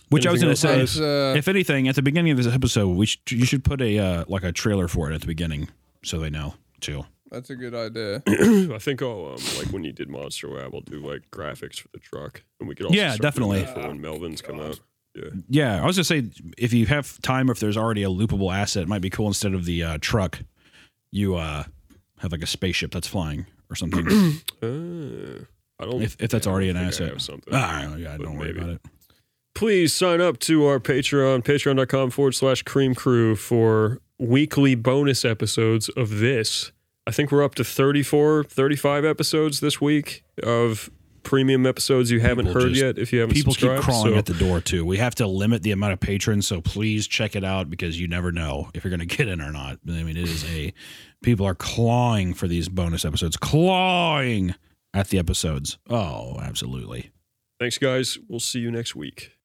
B: Which I was
D: Anything
B: going to
D: else,
B: say,
C: uh,
D: guys?
B: if anything, at the beginning of this episode, we should, you should put a uh, like a trailer for it at the beginning so they know too.
C: That's a good idea.
D: I think I'll um, like when you did Monster Lab, I'll do like graphics for the truck, and we could also
B: Yeah,
D: start doing
B: definitely. Oh,
D: that for when Melvin's come out. Yeah,
B: Yeah, I was gonna say if you have time or if there's already a loopable asset, it might be cool instead of the uh, truck, you uh, have like a spaceship that's flying or something.
D: Uh, I don't.
B: if, if that's already an
D: think I
B: asset,
D: have something,
B: Ah, yeah,
D: but
B: don't worry
D: maybe.
B: about it.
D: please sign up to our Patreon, patreon.com forward slash cream crew for weekly bonus episodes of this. I think we're up to 34, 35 episodes this week of premium episodes you haven't
B: People
D: heard
B: just-
D: yet if you haven't
B: People keep
D: subscribed.
B: crawling
D: so
B: at the door too. We have to limit the amount of patrons, so please check it out because you never know if you're going to get in or not. I mean, it is a people are clawing for these bonus episodes, clawing at the episodes. Oh, absolutely.
D: thanks, guys. We'll see you next week.